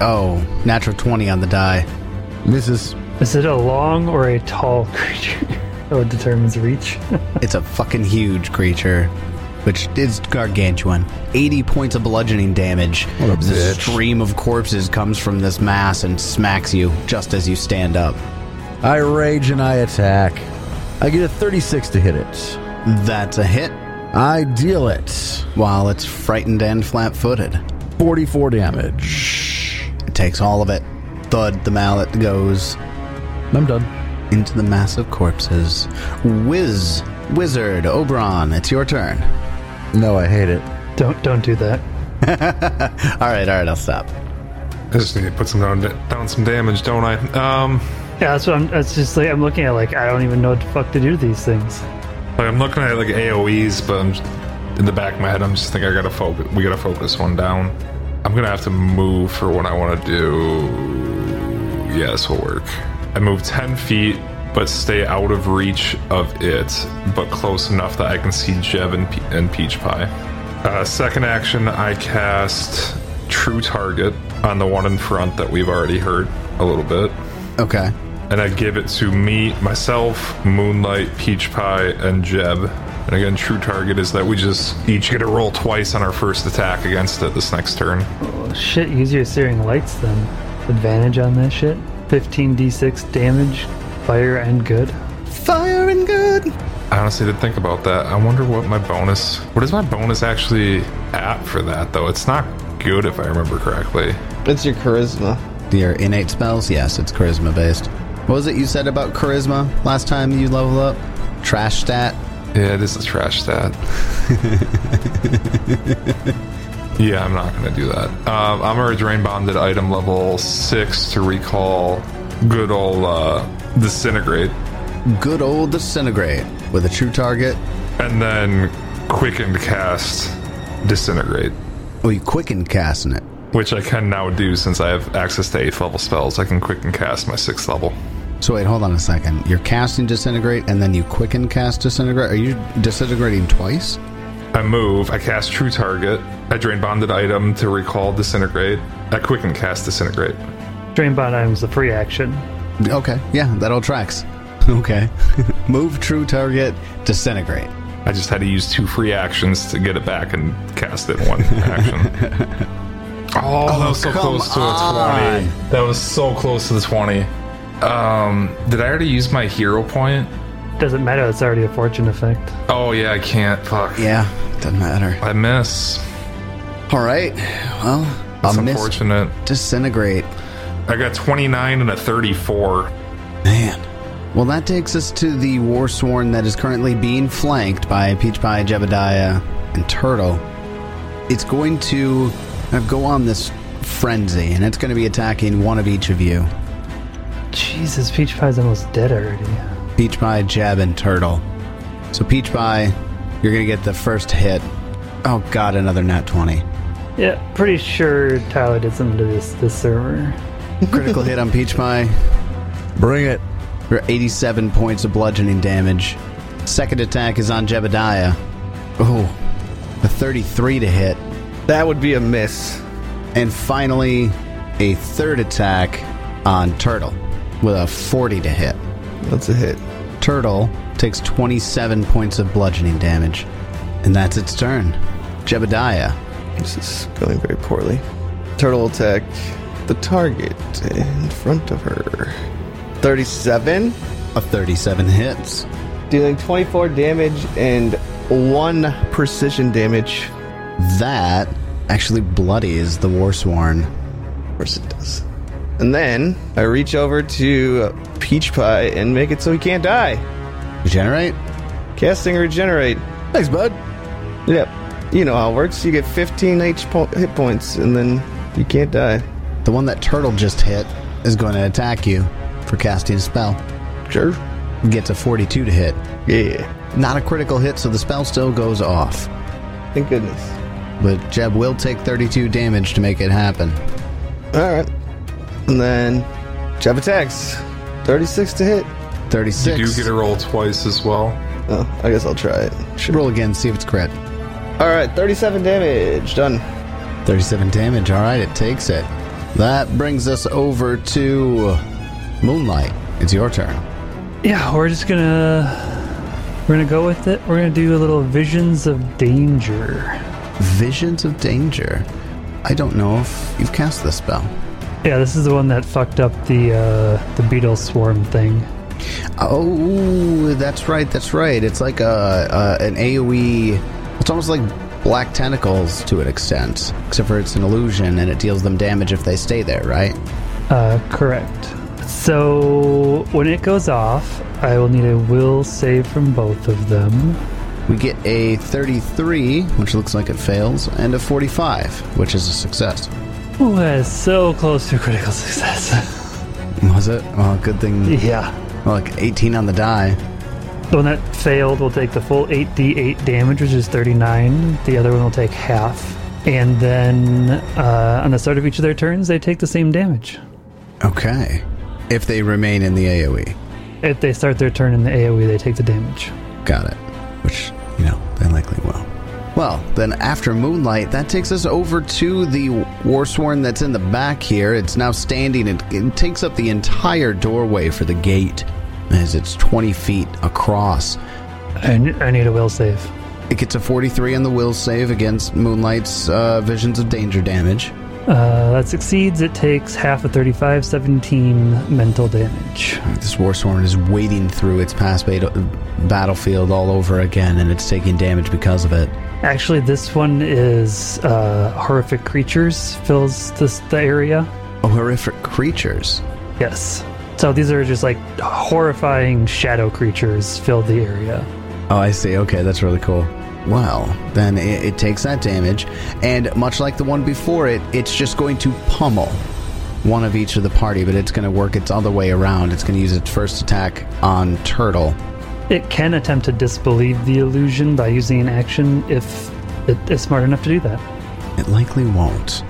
Speaker 2: Oh, natural 20 on the die.
Speaker 1: Misses.
Speaker 3: Is it a long or a tall creature? oh, it determines reach.
Speaker 2: It's a fucking huge creature, which is gargantuan. 80 points of bludgeoning damage.
Speaker 1: What a
Speaker 2: the
Speaker 1: bitch.
Speaker 2: stream of corpses comes from this mass and smacks you just as you stand up.
Speaker 1: I rage and I attack. I get a 36 to hit it.
Speaker 2: That's a hit,
Speaker 1: I deal it
Speaker 2: while it's frightened and flat footed.
Speaker 1: 44 damage.
Speaker 2: It takes all of it. Thud, the mallet goes
Speaker 1: I'm done.
Speaker 2: into the mass of corpses. Whiz, wizard, Oberon, it's your turn.
Speaker 1: No, I hate it.
Speaker 3: don't don't do that.
Speaker 2: All right, all right, I'll stop.
Speaker 7: I just need to put some down, down some damage, don't I? Um,
Speaker 3: Yeah, that's what I'm. That's just like I'm looking at. Like I don't even know what the fuck to do to these things.
Speaker 7: like I'm looking at like AOE's, but I'm just, in the back of my head, I'm just thinking I gotta focus. We gotta focus one down. I'm gonna have to move for what I want to do. Yeah, this will work. I move 10 feet, but stay out of reach of it, but close enough that I can see Jeb and, Pe- and Peach Pie. Uh, second action, I cast True Target on the one in front that we've already heard a little bit
Speaker 2: Okay.
Speaker 7: and I give it to me, myself, Moonlight, Peach Pie, and Jeb. And again, true target is that we just each get to roll twice on our first attack against it this next turn.
Speaker 3: Well, shit, use your searing lights then. Advantage on that shit. 15d6 damage, fire and good.
Speaker 2: Fire and good.
Speaker 7: I honestly did think about that. I wonder what my bonus, what is my bonus actually at for that though? It's not good if I remember correctly.
Speaker 4: It's your charisma.
Speaker 2: Your innate spells? Yes, it's charisma based. What was it you said about charisma last time you level up? Trash stat?
Speaker 7: Yeah, it is a trash stat. yeah, I'm not gonna do that. Um, I'm already drain bonded item level six to recall good old uh, disintegrate.
Speaker 2: Good old disintegrate with a true target.
Speaker 7: and then quicken cast disintegrate
Speaker 2: Well, you quicken casting it.
Speaker 7: which i can now do since i have access to eighth level spells i can quicken cast my sixth level
Speaker 2: So wait, hold on a second. You're casting disintegrate and then you quicken cast disintegrate. Are you disintegrating twice?
Speaker 7: i move i cast true target i drain bonded item to recall disintegrate i quicken cast disintegrate
Speaker 3: Drain bond item's a free action.
Speaker 2: Okay, yeah, that all tracks. Okay. Move true target, disintegrate.
Speaker 7: i just had to use two free actions to get it back and cast it in one action oh, that was so
Speaker 2: come
Speaker 7: close to a 20 that was so close to the 20 um did i already use my hero point
Speaker 3: Doesn't matter, that's already a fortune effect.
Speaker 7: oh yeah i can't fuck
Speaker 2: Yeah, doesn't matter.
Speaker 7: i miss
Speaker 2: All right. Well,
Speaker 7: It's
Speaker 2: a miss
Speaker 7: unfortunate.
Speaker 2: disintegrate.
Speaker 7: I got 29 and a 34.
Speaker 2: Man. Well, that takes us to the war sworn that is currently being flanked by Peach Pie, Jebediah, and Turtle. It's going to kind of go on this frenzy, and it's going to be attacking one of each of you
Speaker 3: Jesus, Peach Pie's almost dead already.
Speaker 2: Peach Pie, Jeb, and Turtle. So, Peach Pie, you're going to get the first hit. Oh, God, another nat 20.
Speaker 3: Yeah, pretty sure Tyler did something to this this server.
Speaker 2: Critical hit on Peach Pie.
Speaker 1: Bring it.
Speaker 2: for 87 points of bludgeoning damage. Second attack is on Jebediah. Oh, a 33 to hit.
Speaker 4: That would be a miss.
Speaker 2: And finally, a third attack on Turtle with a 40 to hit.
Speaker 4: That's a hit.
Speaker 2: Turtle takes 27 points of bludgeoning damage. And that's its turn. Jebediah.
Speaker 4: This is going very poorly. Turtle attack the target in front of her. 37,
Speaker 2: A 37 hits.
Speaker 4: dealing 24 damage and 1 precision damage.
Speaker 2: That actually bloodies the Warsworn.
Speaker 4: Of course it does. And then I reach over to Peach Pie and make it so he can't die.
Speaker 2: Regenerate?
Speaker 4: Casting Regenerate.
Speaker 1: Thanks, bud.
Speaker 4: Yep. You know how it works. You get 15 H po- hit points and then you can't die.
Speaker 2: The one that Turtle just hit is going to attack you for casting a spell.
Speaker 4: Sure.
Speaker 2: gets a 42 to hit.
Speaker 4: Yeah.
Speaker 2: Not a critical hit, so the spell still goes off.
Speaker 4: Thank goodness.
Speaker 2: But Jeb will take 32 damage to make it happen.
Speaker 4: Alright. And then Jab attacks. 36 to hit.
Speaker 2: 36.
Speaker 7: You do get a roll twice as well.
Speaker 4: Oh, I guess I'll try it. Sure.
Speaker 2: roll again, see if it's crit.
Speaker 4: Alright, 37 damage. Done.
Speaker 2: 37 damage. All right, it takes it. That brings us over to Moonlight. It's your turn.
Speaker 3: Yeah, we're just gonna we're gonna go with it. We're gonna do a little visions of danger.
Speaker 2: Visions of danger. I don't know if you've cast this spell.
Speaker 3: Yeah, this is the one that fucked up the uh, the beetle swarm thing.
Speaker 2: Oh, that's right, that's right. It's like a, a an AOE. It's almost like black tentacles to an extent, except for it's an illusion and it deals them damage if they stay there, right?
Speaker 3: Uh, correct. So when it goes off, I will need a will save from both of them.
Speaker 2: We get a 33, which looks like it fails, and a 45, which is a success.
Speaker 3: Ooh, that is so close to critical success.
Speaker 2: Was it? Well, good thing.
Speaker 3: yeah.
Speaker 2: Well, like 18 on the die.
Speaker 3: The one that failed will take the full 8d8 damage, which is 39. The other one will take half. And then uh, on the start of each of their turns, they take the same damage.
Speaker 2: Okay. If they remain in the E. AOE.
Speaker 3: If they start their turn in the AoE, they take the damage.
Speaker 2: Got it. Which, you know, they likely will. Well, then after Moonlight, that takes us over to the Warsworn that's in the back here. It's now standing and it takes up the entire doorway for the gate as it's 20 feet across.
Speaker 3: I, n- I need a will save.
Speaker 2: It gets a 43 on the will save against Moonlight's uh, Visions of Danger damage.
Speaker 3: Uh, that succeeds. It takes half of 35, 17 mental damage.
Speaker 2: This Warsworn is wading through its past bat- battlefield all over again and it's taking damage because of it.
Speaker 3: Actually, this one is uh, horrific creatures fills this the area.
Speaker 2: Oh, horrific creatures.
Speaker 3: Yes. So these are just like horrifying shadow creatures fill the area.
Speaker 2: Oh, I see. Okay, that's really cool. Well, then it, it takes that damage, and much like the one before it, it's just going to pummel one of each of the party, but it's going to work its other way around. It's going to use its first attack on Turtle.
Speaker 3: It can attempt to disbelieve the illusion by using an action if it is smart enough to do that.
Speaker 2: It likely won't.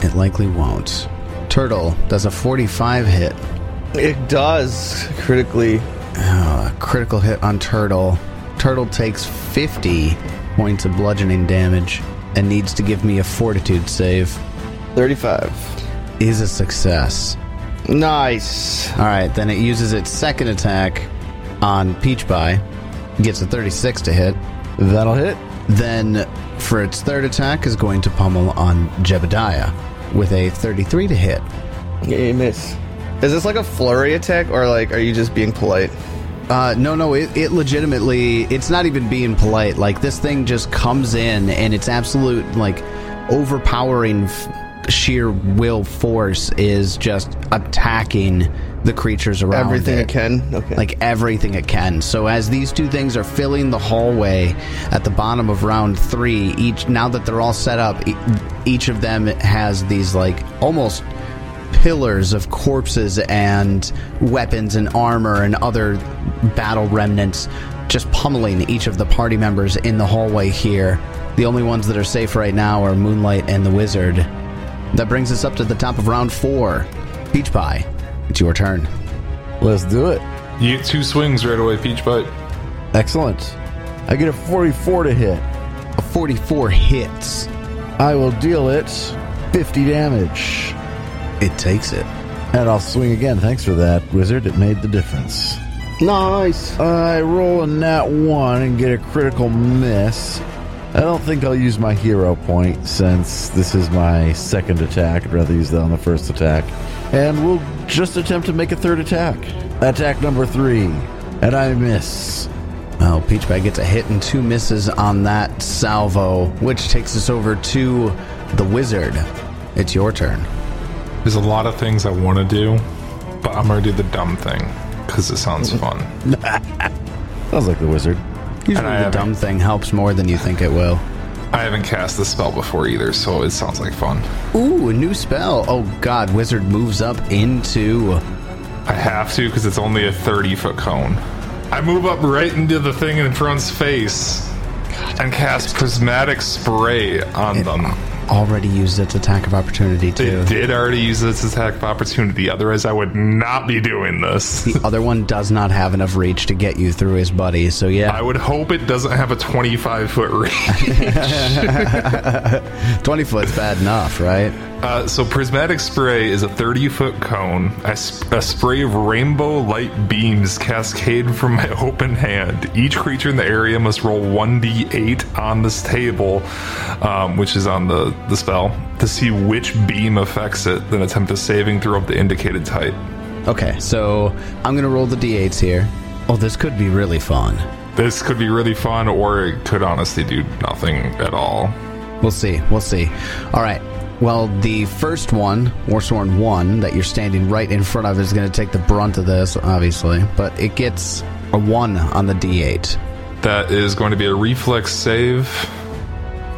Speaker 2: It likely won't. Turtle does a 45 hit.
Speaker 4: It does critically.
Speaker 2: Oh, a critical hit on Turtle. Turtle takes 50 points of bludgeoning damage and needs to give me a fortitude save.
Speaker 4: 35.
Speaker 2: Is a success.
Speaker 4: Nice.
Speaker 2: All right, then it uses its second attack on Peach Pie, gets a 36 to hit.
Speaker 4: That'll hit.
Speaker 2: Then, for its third attack, is going to pummel on Jebediah with a 33 to hit.
Speaker 4: Yeah, you miss. Is this like a flurry attack or like are you just being polite?
Speaker 2: Uh, no, no, it, it legitimately, it's not even being polite. Like, this thing just comes in and it's absolute, like, overpowering f- sheer will force is just attacking the creatures around
Speaker 4: Everything
Speaker 2: it.
Speaker 4: it can. Okay.
Speaker 2: like everything it can. So as these two things are filling the hallway at the bottom of round three, each now that they're all set up, e- each of them has these like almost pillars of corpses and weapons and armor and other battle remnants just pummeling each of the party members in the hallway here. The only ones that are safe right now are Moonlight and the Wizard. That brings us up to the top of round four. Peach Pie, it's your turn.
Speaker 1: Let's do it.
Speaker 7: You get two swings right away, Peach Butt.
Speaker 1: Excellent. I get a 44 to hit.
Speaker 2: A 44 hits.
Speaker 1: I will deal it 50 damage.
Speaker 2: It takes it.
Speaker 1: And I'll swing again. Thanks for that, wizard. It made the difference.
Speaker 4: nice.
Speaker 1: I roll a nat 1 and get a critical miss. I don't think I'll use my hero point since this is my second attack. I'd rather use that on the first attack. And we'll just attempt to make a third attack. Attack number 3. And I miss.
Speaker 2: Well, Peach Pie gets a hit and two misses on that salvo, which takes us over to the wizard. It's your turn.
Speaker 7: There's a lot of things I want to do, but I'm gonna do the dumb thing because it sounds fun.
Speaker 1: Sounds like the wizard.
Speaker 2: Usually
Speaker 7: I
Speaker 2: the
Speaker 7: have
Speaker 2: dumb thing helps more than you think it will.
Speaker 7: I haven't cast the spell before either, so it sounds like fun.
Speaker 2: Ooh, a new spell. Oh god, wizard moves up into
Speaker 7: I have to because it's only a 30 foot cone. I move up right into the thing in front's face and cast prismatic spray on them.
Speaker 2: already used its attack of opportunity too.
Speaker 7: It did already use its attack of opportunity, otherwise, I would not be doing this.
Speaker 2: The other one does not have enough reach to get you through his buddy, so
Speaker 7: I
Speaker 2: yeah.
Speaker 7: would hope it doesn't have a 25 foot range.
Speaker 2: 20 foot's bad enough, right?
Speaker 7: Uh, so, prismatic spray is a 30 foot cone. I sp- a spray of rainbow light beams cascade from my open hand. Each creature in the area must roll 1d8 on this table, um, which is on the, the spell, to see which beam affects it, then attempt a saving throw of the indicated type.
Speaker 2: Okay, so I'm gonna roll the d8s here. Oh, this could be really fun.
Speaker 7: This could be really fun, or it could honestly do nothing at all.
Speaker 2: We'll see. We'll see. All right. Well, the first one, Warsworn 1, that you're standing right in front of, is going to take the brunt of this, obviously, but it gets a 1 on the d8.
Speaker 7: That is going to be a reflex save.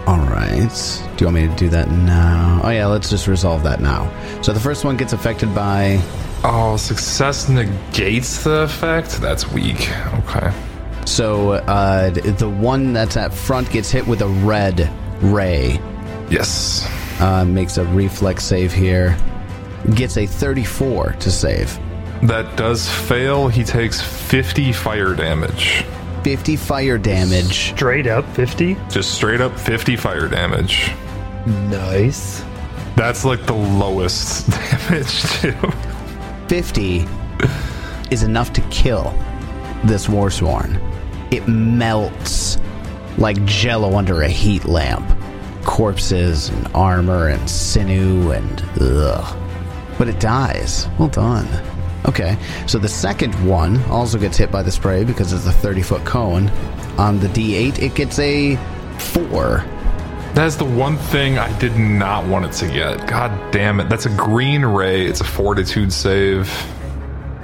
Speaker 2: All right. Do you want me to do that now? Oh, yeah, let's just resolve that now. So the first one gets affected by.
Speaker 7: Oh, success negates the effect? That's weak. Okay.
Speaker 2: So uh, the one that's at front gets hit with a red ray.
Speaker 7: Yes.
Speaker 2: Uh, makes a reflex save here. Gets a 34 to save.
Speaker 7: That does fail. He takes 50 fire damage.
Speaker 2: 50 fire damage.
Speaker 3: Straight up 50?
Speaker 7: Just straight up 50 fire damage.
Speaker 3: Nice.
Speaker 7: That's like the lowest damage, too.
Speaker 2: 50 is enough to kill this Warsworn. It melts like jello under a heat lamp. Corpses and armor and sinew and ugh. But it dies. Well done. Okay, so the second one also gets hit by the spray because it's a 30 foot cone. On the D8, it gets a 4.
Speaker 7: That's the one thing I did not want it to get. God damn it. That's a green ray. It's a fortitude save.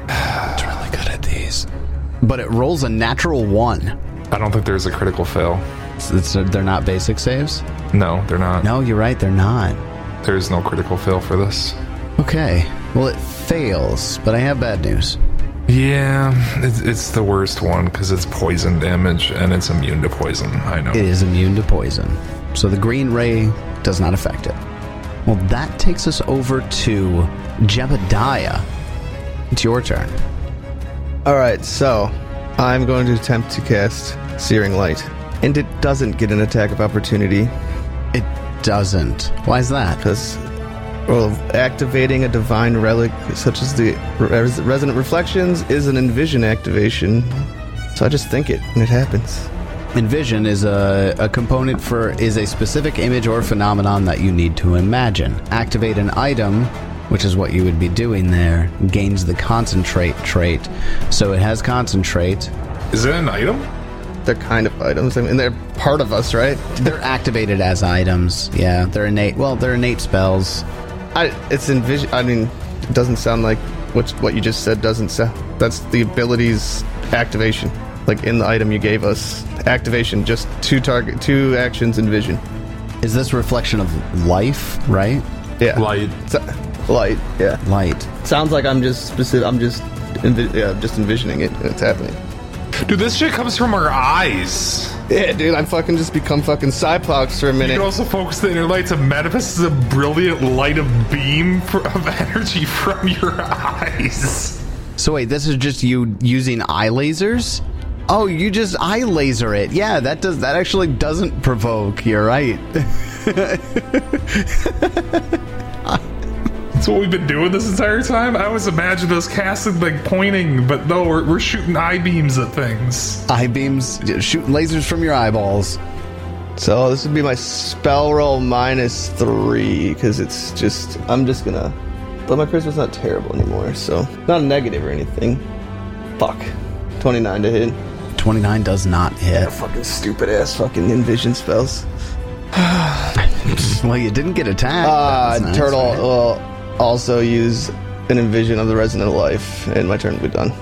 Speaker 2: It's really good at these. But it rolls a natural 1.
Speaker 7: I don't think there's a critical fail.
Speaker 2: It's- it's- they're not basic saves?
Speaker 7: No, they're not.
Speaker 2: No, you're right, they're not.
Speaker 7: There's no critical fail for this.
Speaker 2: Okay. Well, it fails, but I have bad news.
Speaker 7: Yeah, it's, it's the worst one because it's poison damage and it's immune to poison. I know.
Speaker 2: It is immune to poison, so the green ray does not affect it. Well, that takes us over to Jebediah. It's your turn.
Speaker 4: All right. So I'm going to attempt to cast Searing Light, and it doesn't get an attack of opportunity
Speaker 2: It doesn't. Why is that?
Speaker 4: because well, activating a divine relic such as the Res- Resonant Reflections is an Envision activation. So I just think it, and it happens.
Speaker 2: Envision is a, a component for is a specific image or phenomenon that you need to imagine. Activate an item, which is what you would be doing there, gains the concentrate trait. So it has concentrate,
Speaker 7: Is it an item?
Speaker 4: they're kind of items. I mean, they're part of us, right?
Speaker 2: They're activated as items. Yeah, they're innate. Well, they're innate spells.
Speaker 4: I, it's envision. I mean, it doesn't sound like what what you just said. Doesn't sound. That's the abilities activation, like in the item you gave us. Activation, just two target, two actions, envision.
Speaker 2: Is this reflection of life, right?
Speaker 4: Yeah,
Speaker 7: Light.
Speaker 4: So- light. Yeah,
Speaker 2: Light.
Speaker 4: sounds like I'm just specific. I'm just, envi- yeah, I'm just envisioning it. and It's happening.
Speaker 7: Dude, this shit comes from our eyes.
Speaker 4: Yeah, dude, I fucking just become fucking Cyplox for a
Speaker 7: You
Speaker 4: minute.
Speaker 7: can also focus the inner light to manifest the brilliant light of beam fr- of energy from your eyes.
Speaker 2: So wait, this is just you using eye lasers? Oh, you just eye laser it. Yeah, that does that actually doesn't provoke. You're right.
Speaker 7: That's what we've been doing this entire time. I was imagining us casting like pointing, but no, we're, we're shooting eye beams at things.
Speaker 2: eye beams shooting lasers from your eyeballs.
Speaker 4: So this would be my spell roll minus three because it's just I'm just gonna. But my charisma's not terrible anymore, so not a negative or anything. Fuck, 29 to hit.
Speaker 2: 29 does not hit.
Speaker 4: Fucking stupid ass fucking envision spells.
Speaker 2: Well, you didn't get attacked.
Speaker 4: Uh,
Speaker 2: That's nice,
Speaker 4: turtle
Speaker 2: right?
Speaker 4: will also use an envision of the resident of life, and my turn will be done.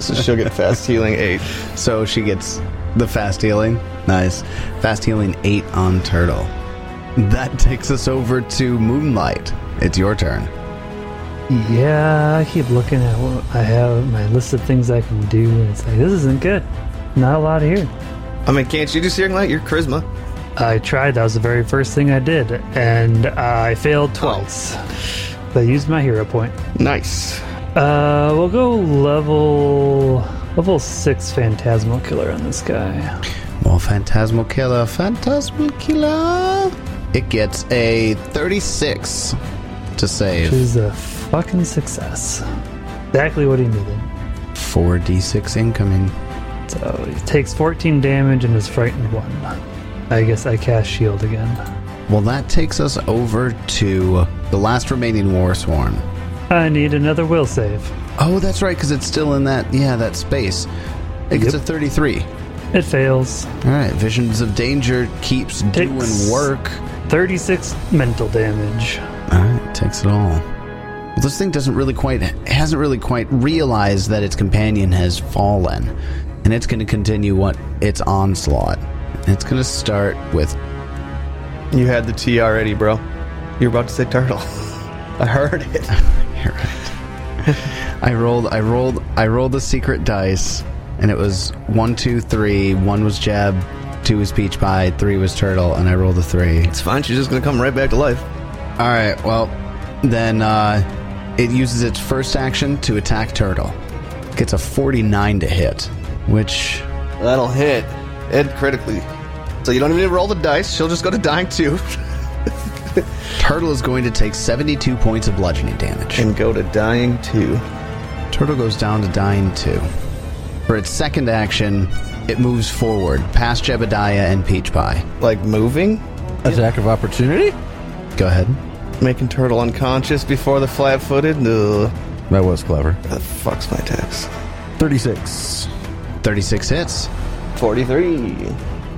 Speaker 4: so she'll get fast healing eight.
Speaker 2: So she gets the fast healing. Nice. Fast healing 8 on turtle. That takes us over to Moonlight. It's your turn.
Speaker 3: Yeah, I keep looking at what I have, my list of things I can do, and it's like, this isn't good. Not a lot here.
Speaker 4: I mean, can't you do searing light? Your charisma.
Speaker 3: I tried, that was the very first thing I did, and I failed twice. But I used my hero point.
Speaker 4: Nice.
Speaker 3: Uh, we'll go level. Level 6 Phantasmal Killer on this guy.
Speaker 2: Well, Phantasmal Killer, Phantasmal Killer. It gets a 36 to
Speaker 3: Which
Speaker 2: save.
Speaker 3: is a fucking success. Exactly what he needed.
Speaker 2: 4d6 incoming.
Speaker 3: So he takes 14 damage and is frightened one. I guess I cast shield again.
Speaker 2: Well, that takes us over to the last remaining War Swarm.
Speaker 3: I need another will save.
Speaker 2: Oh, that's right, because it's still in that, yeah, that space. It gets a 33.
Speaker 3: It fails.
Speaker 2: All right, Visions of Danger keeps
Speaker 3: Takes-
Speaker 2: doing work.
Speaker 3: 36 mental damage.
Speaker 2: All right, takes it all. Well, this thing doesn't really quite hasn't really quite realized that its companion has fallen, and it's going to continue what its onslaught. It's going to start with
Speaker 4: You had the T already, bro. You were about to say turtle. I heard it.
Speaker 2: You're right. I rolled, I rolled, I rolled the secret dice, and it was one, two, three. One was Jeb, two was Peach Pie, three was Turtle, and I rolled a three.
Speaker 4: It's fine. She's just gonna come right back to life.
Speaker 2: All right, well, then uh, it uses its first action to attack Turtle. Gets a 49 to hit, which
Speaker 4: That'll hit. Hit critically. So you don't even need to roll the dice. She'll just go to dying two
Speaker 2: Turtle is going to take 72 points of bludgeoning damage.
Speaker 4: and go to dying two.
Speaker 2: Turtle goes down to dying two. For its second action, it moves forward past Jebediah and Peach Pie.
Speaker 4: Like moving,
Speaker 1: Attack of opportunity?
Speaker 2: Go ahead.
Speaker 4: making turtle unconscious before the flat-footed. No,
Speaker 1: That was clever.
Speaker 4: that fucks my attacks.
Speaker 1: 36.
Speaker 2: 36 hits.
Speaker 4: Forty-three.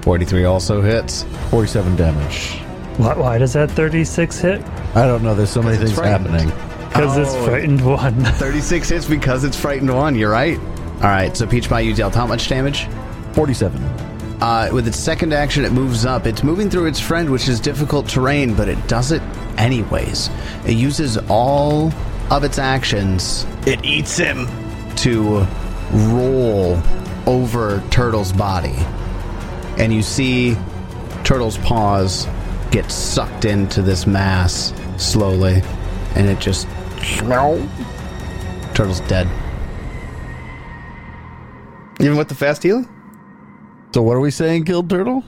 Speaker 2: 43 also hits.
Speaker 1: 47 damage.
Speaker 3: Why, why does that 36 hit?
Speaker 1: I don't know. There's so many
Speaker 4: Because
Speaker 1: things
Speaker 4: it's frightened.
Speaker 1: happening.
Speaker 3: Because it's frightened one.
Speaker 2: 36 hits because it's frightened one. You're right. All right. So Peach Pie, you dealt how much damage?
Speaker 1: 47.
Speaker 2: Uh, with its second action, it moves up. It's moving through its friend, which is difficult terrain, but it does it anyways. It uses all of its actions. It eats him to roll over Turtle's body, and you see Turtle's paws get sucked into this mass slowly, and it just Turtle's dead.
Speaker 4: Even with the fast healing.
Speaker 1: So what are we saying, Killed Turtle?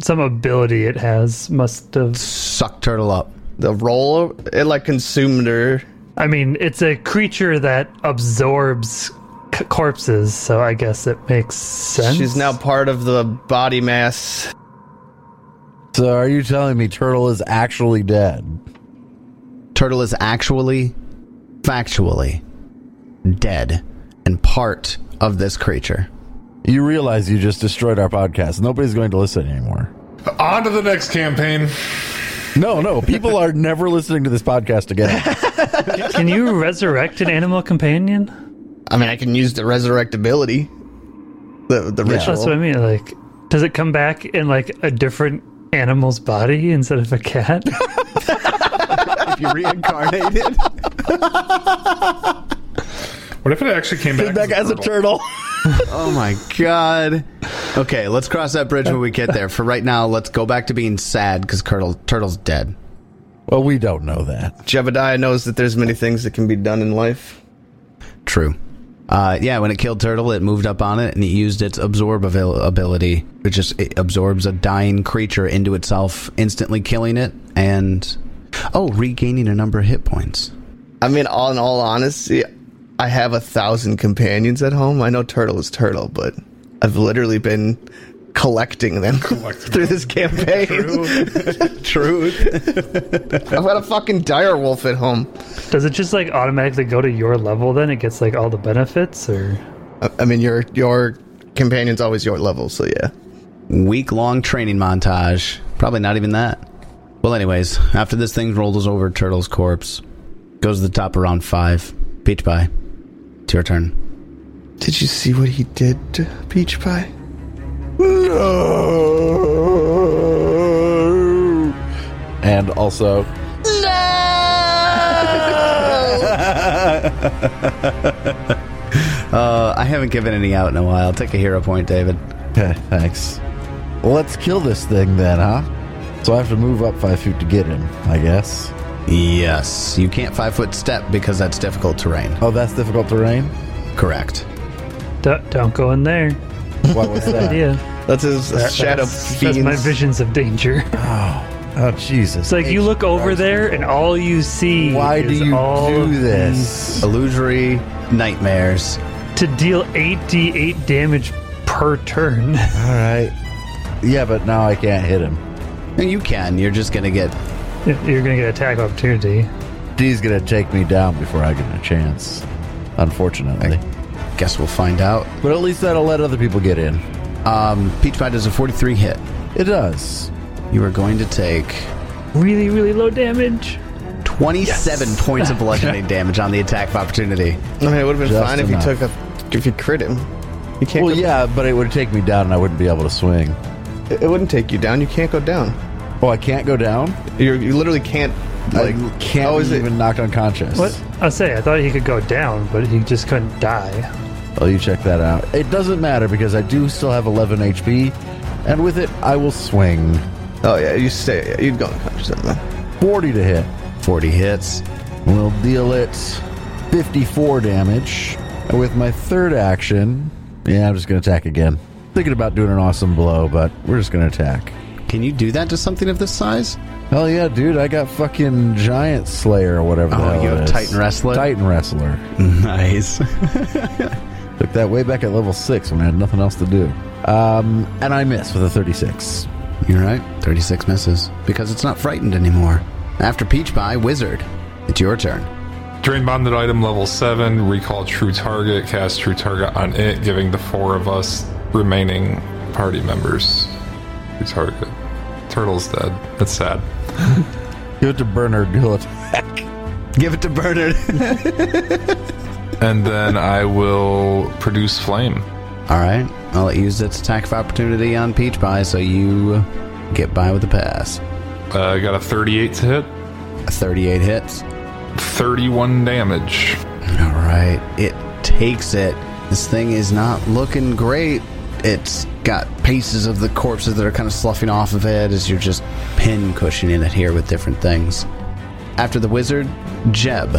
Speaker 3: Some ability it has must have.
Speaker 2: Suck Turtle up.
Speaker 4: The roll, it like consumed her.
Speaker 3: I mean, it's a creature that absorbs c- corpses, so I guess it makes sense.
Speaker 4: She's now part of the body mass.
Speaker 1: So are you telling me Turtle is actually dead?
Speaker 2: Turtle is actually, factually, dead and part of this creature.
Speaker 1: You realize you just destroyed our podcast. Nobody's going to listen anymore.
Speaker 7: On to the next campaign.
Speaker 1: No, no. People are never listening to this podcast again.
Speaker 3: Can you resurrect an animal companion?
Speaker 4: I mean, I can use the resurrectability. The the ritual.
Speaker 3: That's what I mean. Like, does it come back in like a different animal's body instead of a cat?
Speaker 2: If you reincarnated,
Speaker 7: What if it actually came back,
Speaker 1: Back as a turtle.
Speaker 2: oh my god. Okay, let's cross that bridge when we get there. For right now, let's go back to being sad because Turtle Turtle's dead.
Speaker 1: Well, we don't know that.
Speaker 4: Jebediah knows that there's many things that can be done in life.
Speaker 2: True. Uh, yeah, when it killed Turtle, it moved up on it and it used its absorb avail- ability, which just it absorbs a dying creature into itself, instantly killing it and oh, regaining a number of hit points.
Speaker 4: I mean, all in all honesty, I have a thousand companions at home. I know turtle is turtle, but I've literally been collecting them through this campaign. Truth. I've got a fucking dire wolf at home.
Speaker 3: Does it just like automatically go to your level? Then it gets like all the benefits, or
Speaker 4: I, I mean, your your companion's always your level, so yeah.
Speaker 2: Week long training montage. Probably not even that. Well, anyways, after this thing rolls over Turtle's corpse, goes to the top around five. Beach by. It's your turn.
Speaker 4: Did you see what he did to Peach Pie?
Speaker 1: And also,
Speaker 2: Uh, I haven't given any out in a while. Take a hero point, David.
Speaker 1: okay, thanks. Let's kill this thing then, huh? So I have to move up five feet to get him, I guess.
Speaker 2: Yes. You can't five foot step because that's difficult terrain. Oh,
Speaker 1: Oh, that's difficult terrain.
Speaker 2: Correct.
Speaker 3: D- don't go in there.
Speaker 1: What was that?
Speaker 3: Yeah,
Speaker 4: That's his shadow
Speaker 3: that's, that's my
Speaker 4: fiends.
Speaker 3: visions of danger.
Speaker 1: Oh Jesus!
Speaker 3: It's like you look over there, and all you see
Speaker 1: Why do
Speaker 3: is
Speaker 1: you
Speaker 3: all
Speaker 1: do this?
Speaker 2: Illusory nightmares.
Speaker 3: to deal 8d8 damage per turn.
Speaker 1: All right. Yeah, but now I can't hit him.
Speaker 2: And you can. You're just gonna get.
Speaker 3: You're gonna get attack opportunity.
Speaker 1: D's gonna take me down before I get a chance. Unfortunately,
Speaker 2: Guess we'll find out.
Speaker 1: but at least that'll let other people get in.
Speaker 2: Um, Peach Pie does a 43 hit.
Speaker 1: It does.
Speaker 2: You are going to take
Speaker 3: Really, really low damage.
Speaker 2: 27 points of bludgeoning damage on the attack of opportunity.
Speaker 4: I mean, it would have been
Speaker 1: Just
Speaker 4: fine
Speaker 1: enough.
Speaker 4: if you took a if you crit him. You can't.
Speaker 1: Well,
Speaker 4: go,
Speaker 1: yeah, but it would take me down, and I wouldn't be able to swing.
Speaker 4: It it wouldn't take you down. You can't go down.
Speaker 1: Oh, I can't go down.
Speaker 4: You're, you literally can't. Like,
Speaker 1: I can't
Speaker 4: how is
Speaker 1: be
Speaker 4: it?
Speaker 1: even knocked unconscious.
Speaker 3: What? I say, I thought he could go down, but he just couldn't die.
Speaker 1: Oh, you check that out. It doesn't matter because I do still have 11 HP, and with it, I will swing.
Speaker 4: Oh yeah, you stay. You'd go unconscious on that.
Speaker 1: 40 to hit.
Speaker 2: 40 hits.
Speaker 1: We'll deal it 54 damage. And with my third action, yeah, I'm just going to attack again. Thinking about doing an awesome blow, but we're just going to attack.
Speaker 2: Can you do that to something of this size?
Speaker 1: Hell yeah, dude! I got fucking Giant Slayer or whatever. the
Speaker 2: Oh,
Speaker 1: hell
Speaker 2: you
Speaker 1: it
Speaker 2: have
Speaker 1: is.
Speaker 2: Titan Wrestler?
Speaker 1: Titan Wrestler.
Speaker 2: Nice.
Speaker 1: Took that way back at level six when I had nothing else to do. Um, and I miss with a 36.
Speaker 2: You're right. 36 misses. Because it's not frightened anymore. After Peach Pie, Wizard, it's your turn.
Speaker 7: Drain bonded item level 7, recall true target, cast true target on it, giving the four of us remaining party members true target. Turtle's dead. That's sad.
Speaker 1: Give it to Bernard. He'll attack.
Speaker 2: Give it to Bernard.
Speaker 7: And then I will produce flame.
Speaker 2: All right. I'll let you use its attack of opportunity on Peach Pie so you get by with a pass.
Speaker 7: Uh, I got a 38 to hit,
Speaker 2: 38 hits.
Speaker 7: 31 damage.
Speaker 2: All right. It takes it. This thing is not looking great. It's got pieces of the corpses that are kind of sloughing off of it as you're just pin cushioning it here with different things. After the wizard, Jeb,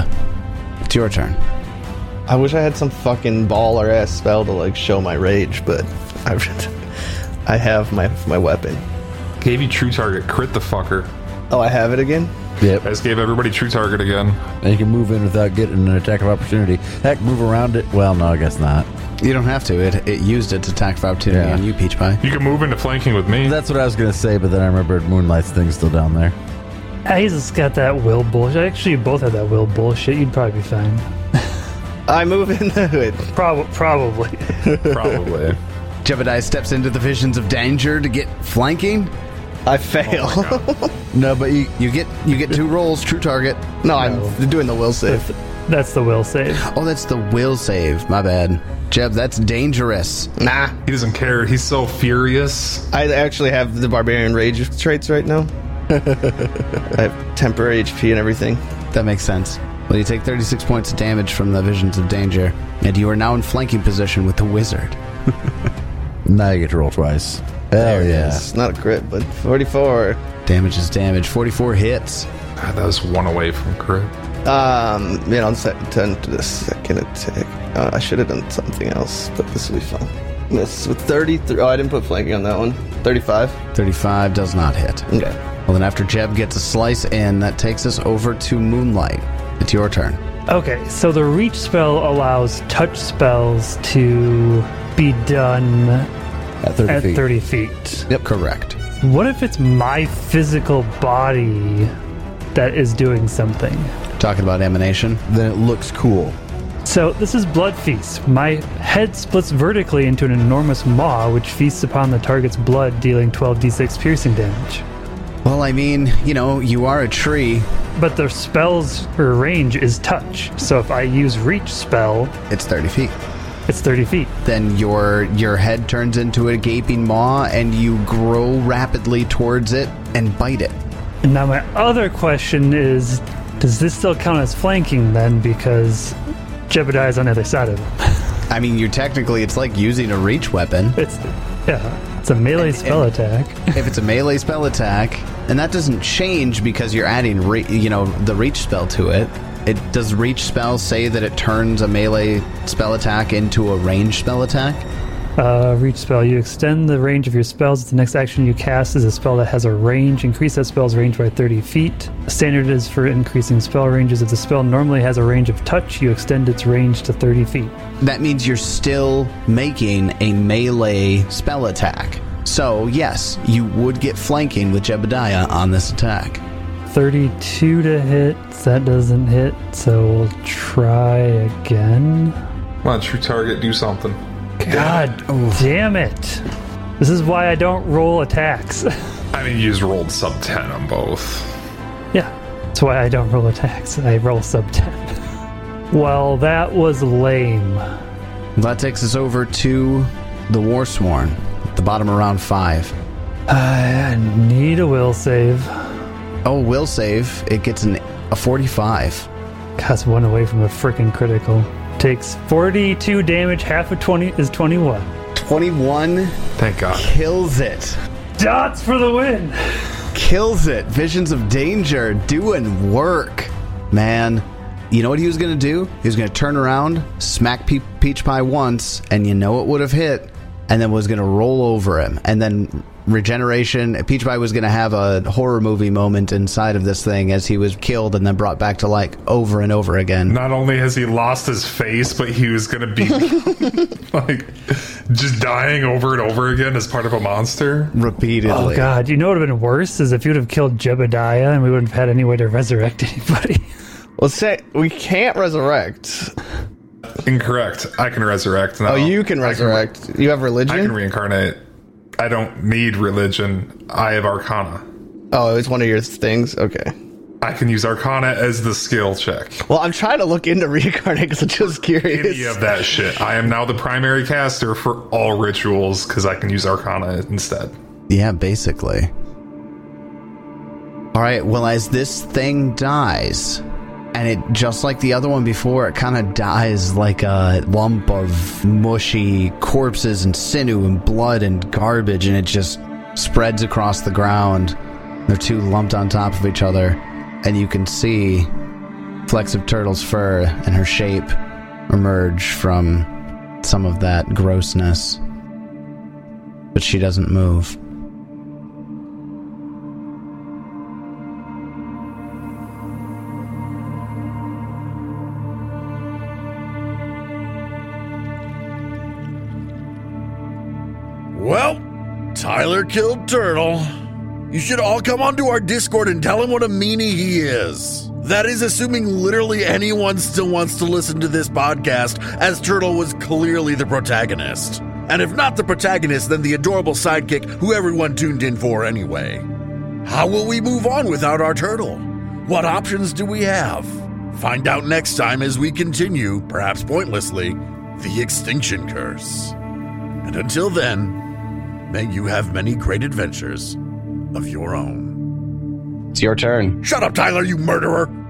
Speaker 2: it's your turn.
Speaker 4: I wish I had some fucking ball or ass spell to like show my rage, but I, I have my my weapon.
Speaker 7: Gave you true target. Crit the fucker.
Speaker 4: Oh, I have it again.
Speaker 7: I
Speaker 1: Yep.
Speaker 7: just gave everybody true target again.
Speaker 1: And you can move in without getting an attack of opportunity. Heck, move around it. Well, no, I guess not.
Speaker 2: You don't have to. It, it used its attack of opportunity
Speaker 1: Yeah.
Speaker 2: on you, Peach Pie.
Speaker 7: You can move into flanking with me.
Speaker 1: That's what I was going to say, but then I remembered Moonlight's thing's still down there.
Speaker 3: Hazel's Ah, got that will bullshit. Actually, you both have that will bullshit. You'd probably be fine.
Speaker 4: I move in the hood.
Speaker 1: Oh
Speaker 3: Prob- probably.
Speaker 7: Probably.
Speaker 2: Jebediah steps into the visions of danger to get flanking.
Speaker 4: I fail.
Speaker 8: No, but you,
Speaker 2: You get you get two rolls, true target.
Speaker 4: no, I'm doing the will save.
Speaker 3: That's the will save.
Speaker 2: Oh, that's the will save. My bad, Jeb. That's dangerous.
Speaker 4: Nah.
Speaker 7: He doesn't care. He's so furious.
Speaker 4: I actually have the barbarian rage traits right now. I have temper HP and everything.
Speaker 2: That makes sense. Well, you take 36 points of damage from the visions of danger, and you are now in flanking position with the wizard.
Speaker 8: now you get to roll twice. Hell yeah.
Speaker 4: It's not a crit, but 44.
Speaker 2: Damage is damage. 44 hits.
Speaker 7: God, that was one away from crit.
Speaker 4: Um, you know, on se- turn to the second attack. Uh, I should have done something else, but this will be fun. Miss with 33. Oh, I didn't put flanking on that one. 35.
Speaker 2: 35 does not hit.
Speaker 4: Okay.
Speaker 2: Well, then after Jeb gets a slice in, that takes us over to Moonlight. It's your turn.
Speaker 3: Okay, so the reach spell allows touch spells to be done
Speaker 8: At 30
Speaker 3: at
Speaker 8: feet.
Speaker 3: 30 feet.
Speaker 2: Yep. Correct.
Speaker 3: What if it's my physical body that is doing something?
Speaker 2: Talking about emanation.
Speaker 8: Then it looks cool.
Speaker 3: So this is Blood Feast. My head splits vertically into an enormous maw, which feasts upon the target's blood, dealing 12d6 piercing damage.
Speaker 2: Well, I mean, you know, you are a tree.
Speaker 3: But the spell's range is touch, so if I use reach spell,
Speaker 2: It's 30 feet.
Speaker 3: it's 30 feet.
Speaker 2: Then your your head turns into a gaping maw, and you grow rapidly towards it and bite it.
Speaker 3: And now my other question is, does this still count as flanking then? Because Jebediah is on the other side of him.
Speaker 2: I mean, you're technically it's like using a reach weapon.
Speaker 3: It's yeah, it's a melee spell attack.
Speaker 2: if it's a melee spell attack, and that doesn't change because you're adding, re- you know, the reach spell to it. It does reach spell say that it turns a melee spell attack into a range spell attack?
Speaker 3: Uh, reach spell. You extend the range of your spells. The next action you cast is a spell that has a range. Increase that spell's range by 30 feet. Standard is for increasing spell ranges. If the spell normally has a range of touch, you extend its range to 30 feet.
Speaker 2: That means you're still making a melee spell attack. So yes, you would get flanking with Jebediah on this attack.
Speaker 3: 32 to hit. That doesn't hit, so we'll try again.
Speaker 7: Come on, true target, do something.
Speaker 3: God damn it. This is why I don't roll attacks.
Speaker 7: I mean, you just rolled sub 10 on both.
Speaker 3: yeah, that's why I don't roll attacks. I roll sub 10. well, that was lame.
Speaker 2: That takes us over to the War Sworn, at the bottom of round five.
Speaker 3: I need a will save.
Speaker 2: Oh, will save. It gets an, a 45.
Speaker 3: Cast one away from a freaking critical. Takes 42 damage, half of 20 is 21.
Speaker 2: 21
Speaker 7: Thank God.
Speaker 2: kills it.
Speaker 3: Dots for the win!
Speaker 2: Kills it. Visions of danger doing work. Man, you know what he was going to do? He was going to turn around, smack Pe- Peach Pie once, and you know it would have hit, and then was going to roll over him. And then regeneration, Peach Pie was going to have a horror movie moment inside of this thing as he was killed and then brought back to like over and over again.
Speaker 7: Not only has he lost his face, but he was going to be like just dying over and over again as part of a monster.
Speaker 2: Repeatedly.
Speaker 3: Oh god, you know what would have been worse is if you'd have killed Jebediah and we wouldn't have had any way to resurrect anybody.
Speaker 4: Well, say we can't resurrect.
Speaker 7: Incorrect. I can resurrect now.
Speaker 4: Oh, you can resurrect. you have
Speaker 7: I
Speaker 4: religion?
Speaker 7: can reincarnate. I don't need religion. I have Arcana.
Speaker 4: oh, it's one of your things? Okay.
Speaker 7: I can use Arcana as the skill check.
Speaker 4: Well, I'm trying to look into reincarnate because I'm just
Speaker 7: Any
Speaker 4: curious.
Speaker 7: of that shit. I am now the primary caster for all rituals because I can use Arcana instead.
Speaker 2: Yeah, basically. All right, well, as this thing dies, and it just like the other one before, it kind of dies like a lump of mushy corpses and sinew and blood and garbage, and it just spreads across the ground. They're two lumped on top of each other, and you can see flecks of turtle's fur and her shape emerge from some of that grossness. But she doesn't move.
Speaker 1: Well, Tyler killed Turtle. You should all come onto our Discord and tell him what a meanie he is. That is assuming literally anyone still wants to listen to this podcast, as Turtle was clearly the protagonist. And if not the protagonist, then the adorable sidekick who everyone tuned in for anyway. How will we move on without our turtle? What options do we have? Find out next time as we continue, perhaps pointlessly, the Extinction Curse. And until then, may you have many great adventures of your own.
Speaker 9: It's your turn.
Speaker 1: Shut up, Tyler, you murderer!